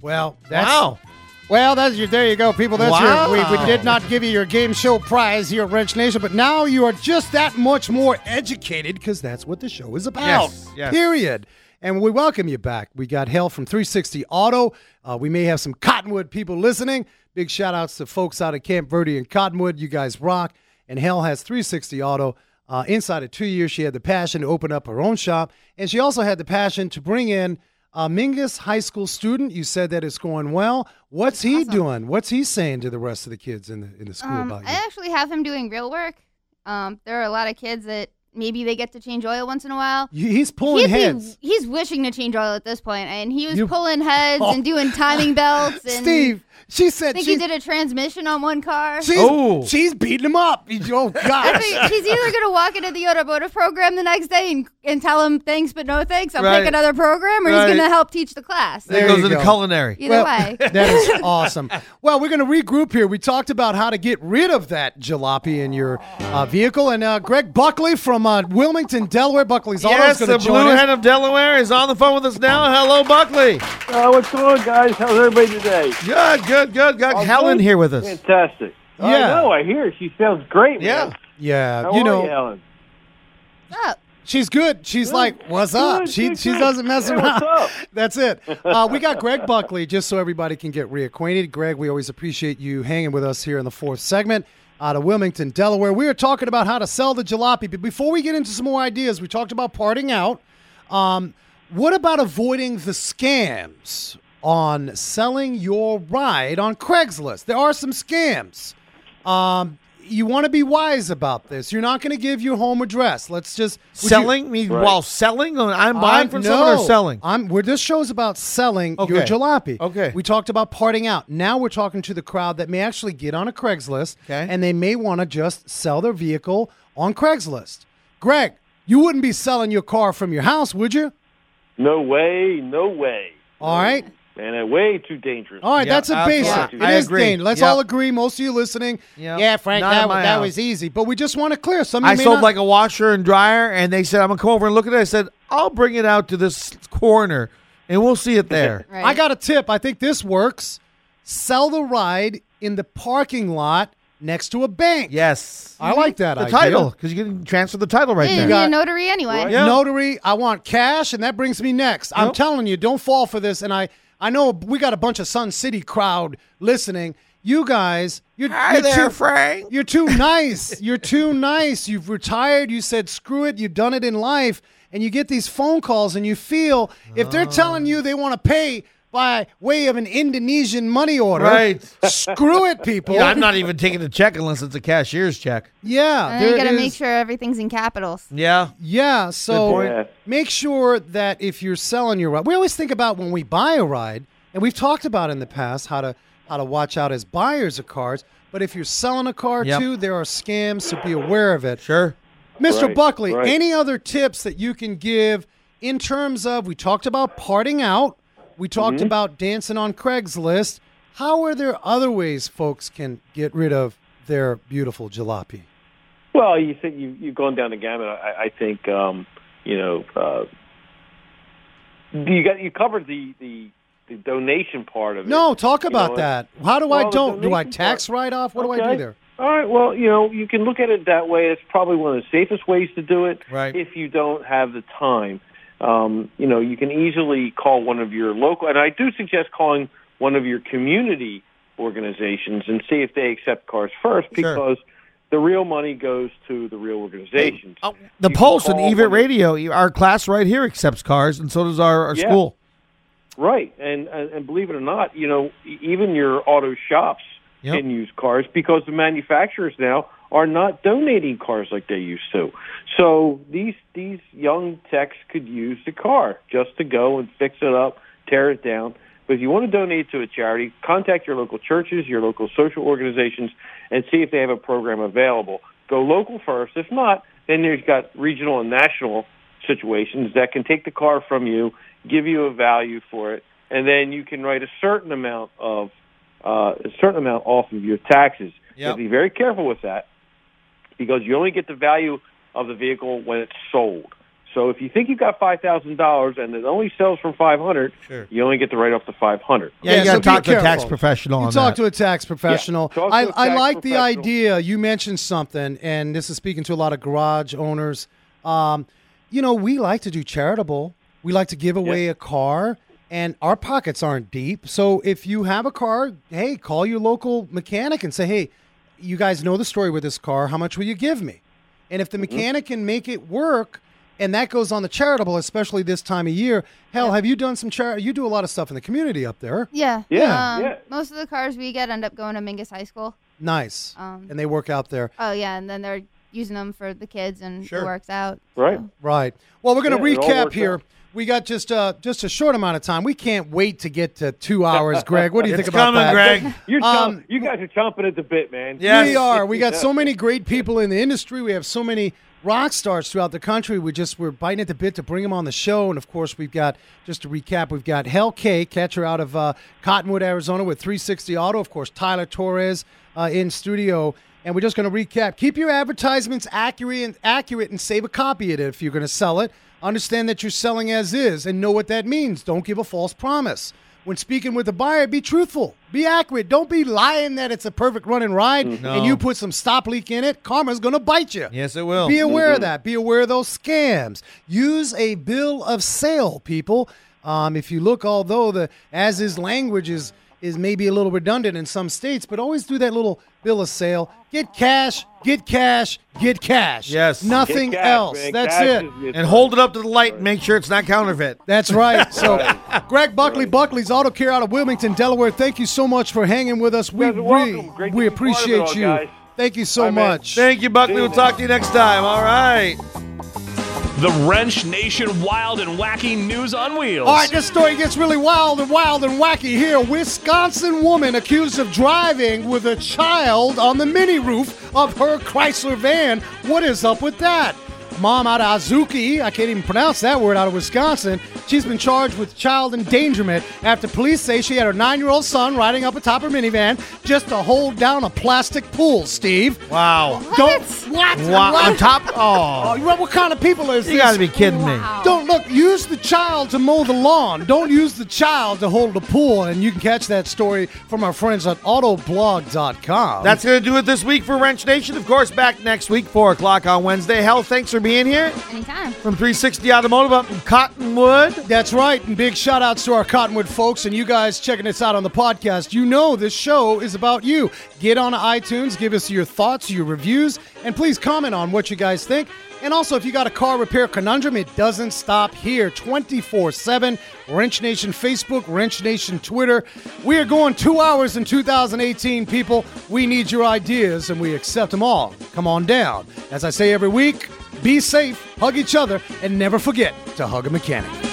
well, that's, Well, that's your. There you go, people. That's
Wow.
your. We, we did not give you your game show prize here at Wrench Nation, but now you are just that much more educated because that's what the show is about.
Yes, yes.
Period. And we welcome you back. We got Hell from 360 Auto. Uh, we may have some Cottonwood people listening. Big shout outs to folks out at Camp Verde and Cottonwood. You guys rock. And Hell has 360 Auto. Uh, inside of two years, she had the passion to open up her own shop, and she also had the passion to bring in A Mingus High School student, you said that it's going well. What's he
Awesome.
doing? What's he saying to the rest of the kids in the in the school
Um,
about you?
I actually have him doing real work. Um, there are a lot of kids that maybe they get to change oil once in a while.
You- He's pulling
he'd be-
heads.
he's wishing to change oil at this point, and he was
You-
pulling heads and doing timing belts. And
Steve, she
I
said
think
she,
he did a transmission on one car.
she's,
Oh.
she's beating him up. He- Oh,
I
gosh.
think he's either going to walk into the Automotive program the next day and, and tell him thanks but no thanks. I'll
Right.
pick another program, or
Right.
he's going to help teach the class.
There
There goes
you
into
go.
culinary.
Either
Well,
way,
that is awesome. Well, we're going to regroup here. We talked about how to get rid of that jalopy in your uh, vehicle, and uh, Greg Buckley from uh, Wilmington, Delaware. Buckley's always
Yes,
going to
the
join
blue
us.
head of Delaware is on the phone with us now. Hello, Buckley.
Uh, what's going on, guys? How's everybody today?
Good, good, good. Got
All
Helen
good?
here with us.
Fantastic. I
Yeah.
know. I hear she sounds great.
Yeah.
Man.
yeah,
How
you
are
know
you, Helen?
what's up?
she's good. She's like, "What's up?"
Good,
she
good,
she
good.
doesn't mess
Hey,
around.
what's up?
That's it. Uh, we got Greg Buckley just so everybody can get reacquainted. Greg, we always appreciate you hanging with us here in the fourth segment out of Wilmington, Delaware. We are talking about how to sell the jalopy, but before we get into some more ideas, we talked about parting out. Um, what about avoiding the scams on selling your ride on Craigslist? There are some scams. Um, you want to be wise about this. You're not going to give your home address. Let's just would you-
Selling me while selling? I'm buying
I-
from someone
no.
or selling?
I'm. Where this show's about selling your
Okay.
jalopy.
Okay.
We talked about parting out. Now we're talking to the crowd that may actually get on a Craigslist.
Okay.
And they may want to just sell their vehicle on Craigslist. Greg, you wouldn't be selling your car from your house, would you?
No way, no way.
All right.
Man, that way too dangerous.
All right,
Yeah,
that's a basic.
absolutely.
It
I
is
agree.
dangerous. Let's
Yep.
all agree. Most of you listening,
Yep.
yeah, Frank,
Not
that,
in my
that
house.
was easy. But we just want to clear. Some of you
I
may
sold
not-
like a washer and dryer, and they said, I'm going to come over and look at it. I said, I'll bring it out to this corner, and we'll see it there.
Right.
I got a tip. I think this works. Sell the ride in the parking lot next to a bank.
yes.
I like that
Mm-hmm. The
idea.
title, because you can transfer the title right
Yeah, you
there.
need
got-
a notary anyway.
Yeah.
Notary, I want cash, and that brings me next. I'm
Yep.
telling you, don't fall for this. And I, I know we got a bunch of Sun City crowd listening. You guys, you're,
Hi
you're
there,
too,
Frank.
You're too nice. You're too nice. You've retired. You said screw it. You've done it in life, and you get these phone calls, and you feel if they're telling you they want to pay by way of an Indonesian money order,
Right.
Screw it, people.
Yeah, I'm not even taking a check unless it's a cashier's check.
Yeah,
And then Uh, you
there
got to
is-
make sure everything's in capitals.
Yeah.
Yeah, so
point.
Yeah.
make sure that if you're selling your ride, we always think about when we buy a ride, and we've talked about in the past how to how to watch out as buyers of cars. But if you're selling a car
Yep.
too, there are scams, so be aware of it.
Sure.
Mr.
Right,
Buckley,
right.
any other tips that you can give in terms of we talked about parting out, we talked
Mm-hmm.
about dancing on Craigslist. How are there other ways folks can get rid of their beautiful jalopy?
Well, you think you, you've gone down the gamut. I, I think um, you know uh, you got you covered the, the the donation part of it.
No, talk about
know,
that. How do
well,
I
the
don't? Do I
donation
tax write off? What do I
Okay.
do there?
All right. Well, you know, you can look at it that way. It's probably one of the safest ways to do it.
Right.
If you don't have the time, um, you know, you can easily call one of your local, and I do suggest calling one of your community organizations and see if they accept cars first, because the real money goes to the real organizations.
uh,
The
You can
Pulse and
call
EVIT
one-
Radio, our class right here accepts cars, and so does our, our
Yeah.
school.
Right, and, and and believe it or not, you know, e- even your auto shops
Yep.
can use cars because the manufacturers now are not donating cars like they used to. So these these young techs could use the car just to go and fix it up, tear it down. But if you want to donate to a charity, contact your local churches, your local social organizations, and see if they have a program available. Go local first. If not, then there's got regional and national situations that can take the car from you, give you a value for it, and then you can write a certain amount of uh, a certain amount off of your taxes. You have to Be very careful with that because you only get the value of the vehicle when it's sold. So if you think you got five thousand dollars and it only sells for five hundred,
Sure.
you only get the write off to five hundred.
Yeah,
Yeah,
you
so
got to
be
talk to a tax
careful.
professional
You
on
talk
that.
to a tax professional.
talk to
I,
a
I
tax
like the
professional.
idea. You mentioned something, and this is speaking to a lot of garage owners. Um, you know, we like to do charitable. We like to give away a car, and our pockets aren't deep. So if you have a car, hey, call your local mechanic and say, hey,
Mm-hmm.
you guys know the story with this car. How much will you give me? And if the mechanic can make it work and that goes on the charitable, especially this time of year. Hell, have you done some charity? You do a lot of stuff in the community up there.
Yeah.
Yeah,
Um,
yeah.
Most of the cars we get end up going to Mingus High School.
Nice,
Um,
and they work out there.
oh yeah, and then they're using them for the kids, and
Sure.
it works out.
Right.
so.
Right. Well, we're going to
Yeah, it all
recap
worked
here.
out.
We got just uh, just a short amount of time. We can't wait to get to two hours, Greg. What do you
It's
think about
coming,
that?
Greg.
Um,
You're chomp- you guys are chomping at the bit, man.
Yeah. Yes.
We are. We got so many great people in the industry. We have so many rock stars throughout the country. We just we're biting at the bit to bring them on the show. And of course, we've got just to recap, we've got Hell K, catcher out of uh, Cottonwood, Arizona, with 360 Auto. Of course, Tyler Torres uh, in studio. And we're just going to recap. Keep your advertisements accurate and accurate, and save a copy of it if you're going to sell it. Understand that you're selling as is, and know what that means. Don't give a false promise. When speaking with a buyer, be truthful, be accurate. Don't be lying that it's a perfect run and ride and you put some stop leak in it. Karma's going to bite you.
Yes, it will. Mm-hmm.
Be aware of that. Be aware of those scams. Use a bill of sale, people. Um, if you look, although the as is language is is maybe a little redundant in some states, but always do that little bill of sale. Get cash, get cash, get cash.
Yes.
Get
Nothing
cash,
else.
man.
That's
Cash
it.
is- it's
And hold it up to the light and make sure it's not counterfeit.
That's right. So, Greg Buckley, Buckley's Auto Care out of Wilmington, Delaware. Thank you so much for hanging with us. We
guys are welcome.
we,
Great to
we
be part of it
appreciate
all,
you.
guys.
Thank you so
Bye, man.
much.
Thank you, Buckley. We'll talk to you next time. All right.
The Wrench Nation Wild and Wacky News on Wheels.
All right, this story gets really wild and wild and wacky here. Wisconsin woman accused of driving with a child on the mini roof of her Chrysler van. What is up with that? Mom out of Azuki, I can't even pronounce that word out of Wisconsin. She's been charged with child endangerment after police say she had her nine year old son riding up atop her minivan just to hold down a plastic pool, Steve.
Wow.
Don't. What?
Wow. On top.
Oh,
Oh,
you- what kind of people is
you
this?
gotta be kidding me.
Wow.
Don't look. Use the child to mow the lawn. Don't use the child to hold the pool. And you can catch that story from our friends at Autoblog.com.
That's going to do it this week for Wrench Nation. Of course, back next week, 4 o'clock on Wednesday. Hell, thanks for being here
Anytime.
from 360 Automotive up in Cottonwood.
That's right. And big shout outs to our Cottonwood folks and you guys checking us out on the podcast. You know this show is about you. Get on iTunes, give us your thoughts, your reviews, and please comment on what you guys think. And also, if you got a car repair conundrum, it doesn't stop here 24 7. Wrench Nation Facebook, Wrench Nation Twitter. We are going two hours in 2018, people. We need your ideas and we accept them all. Come on down. As I say every week, be safe, hug each other, and never forget to hug a mechanic.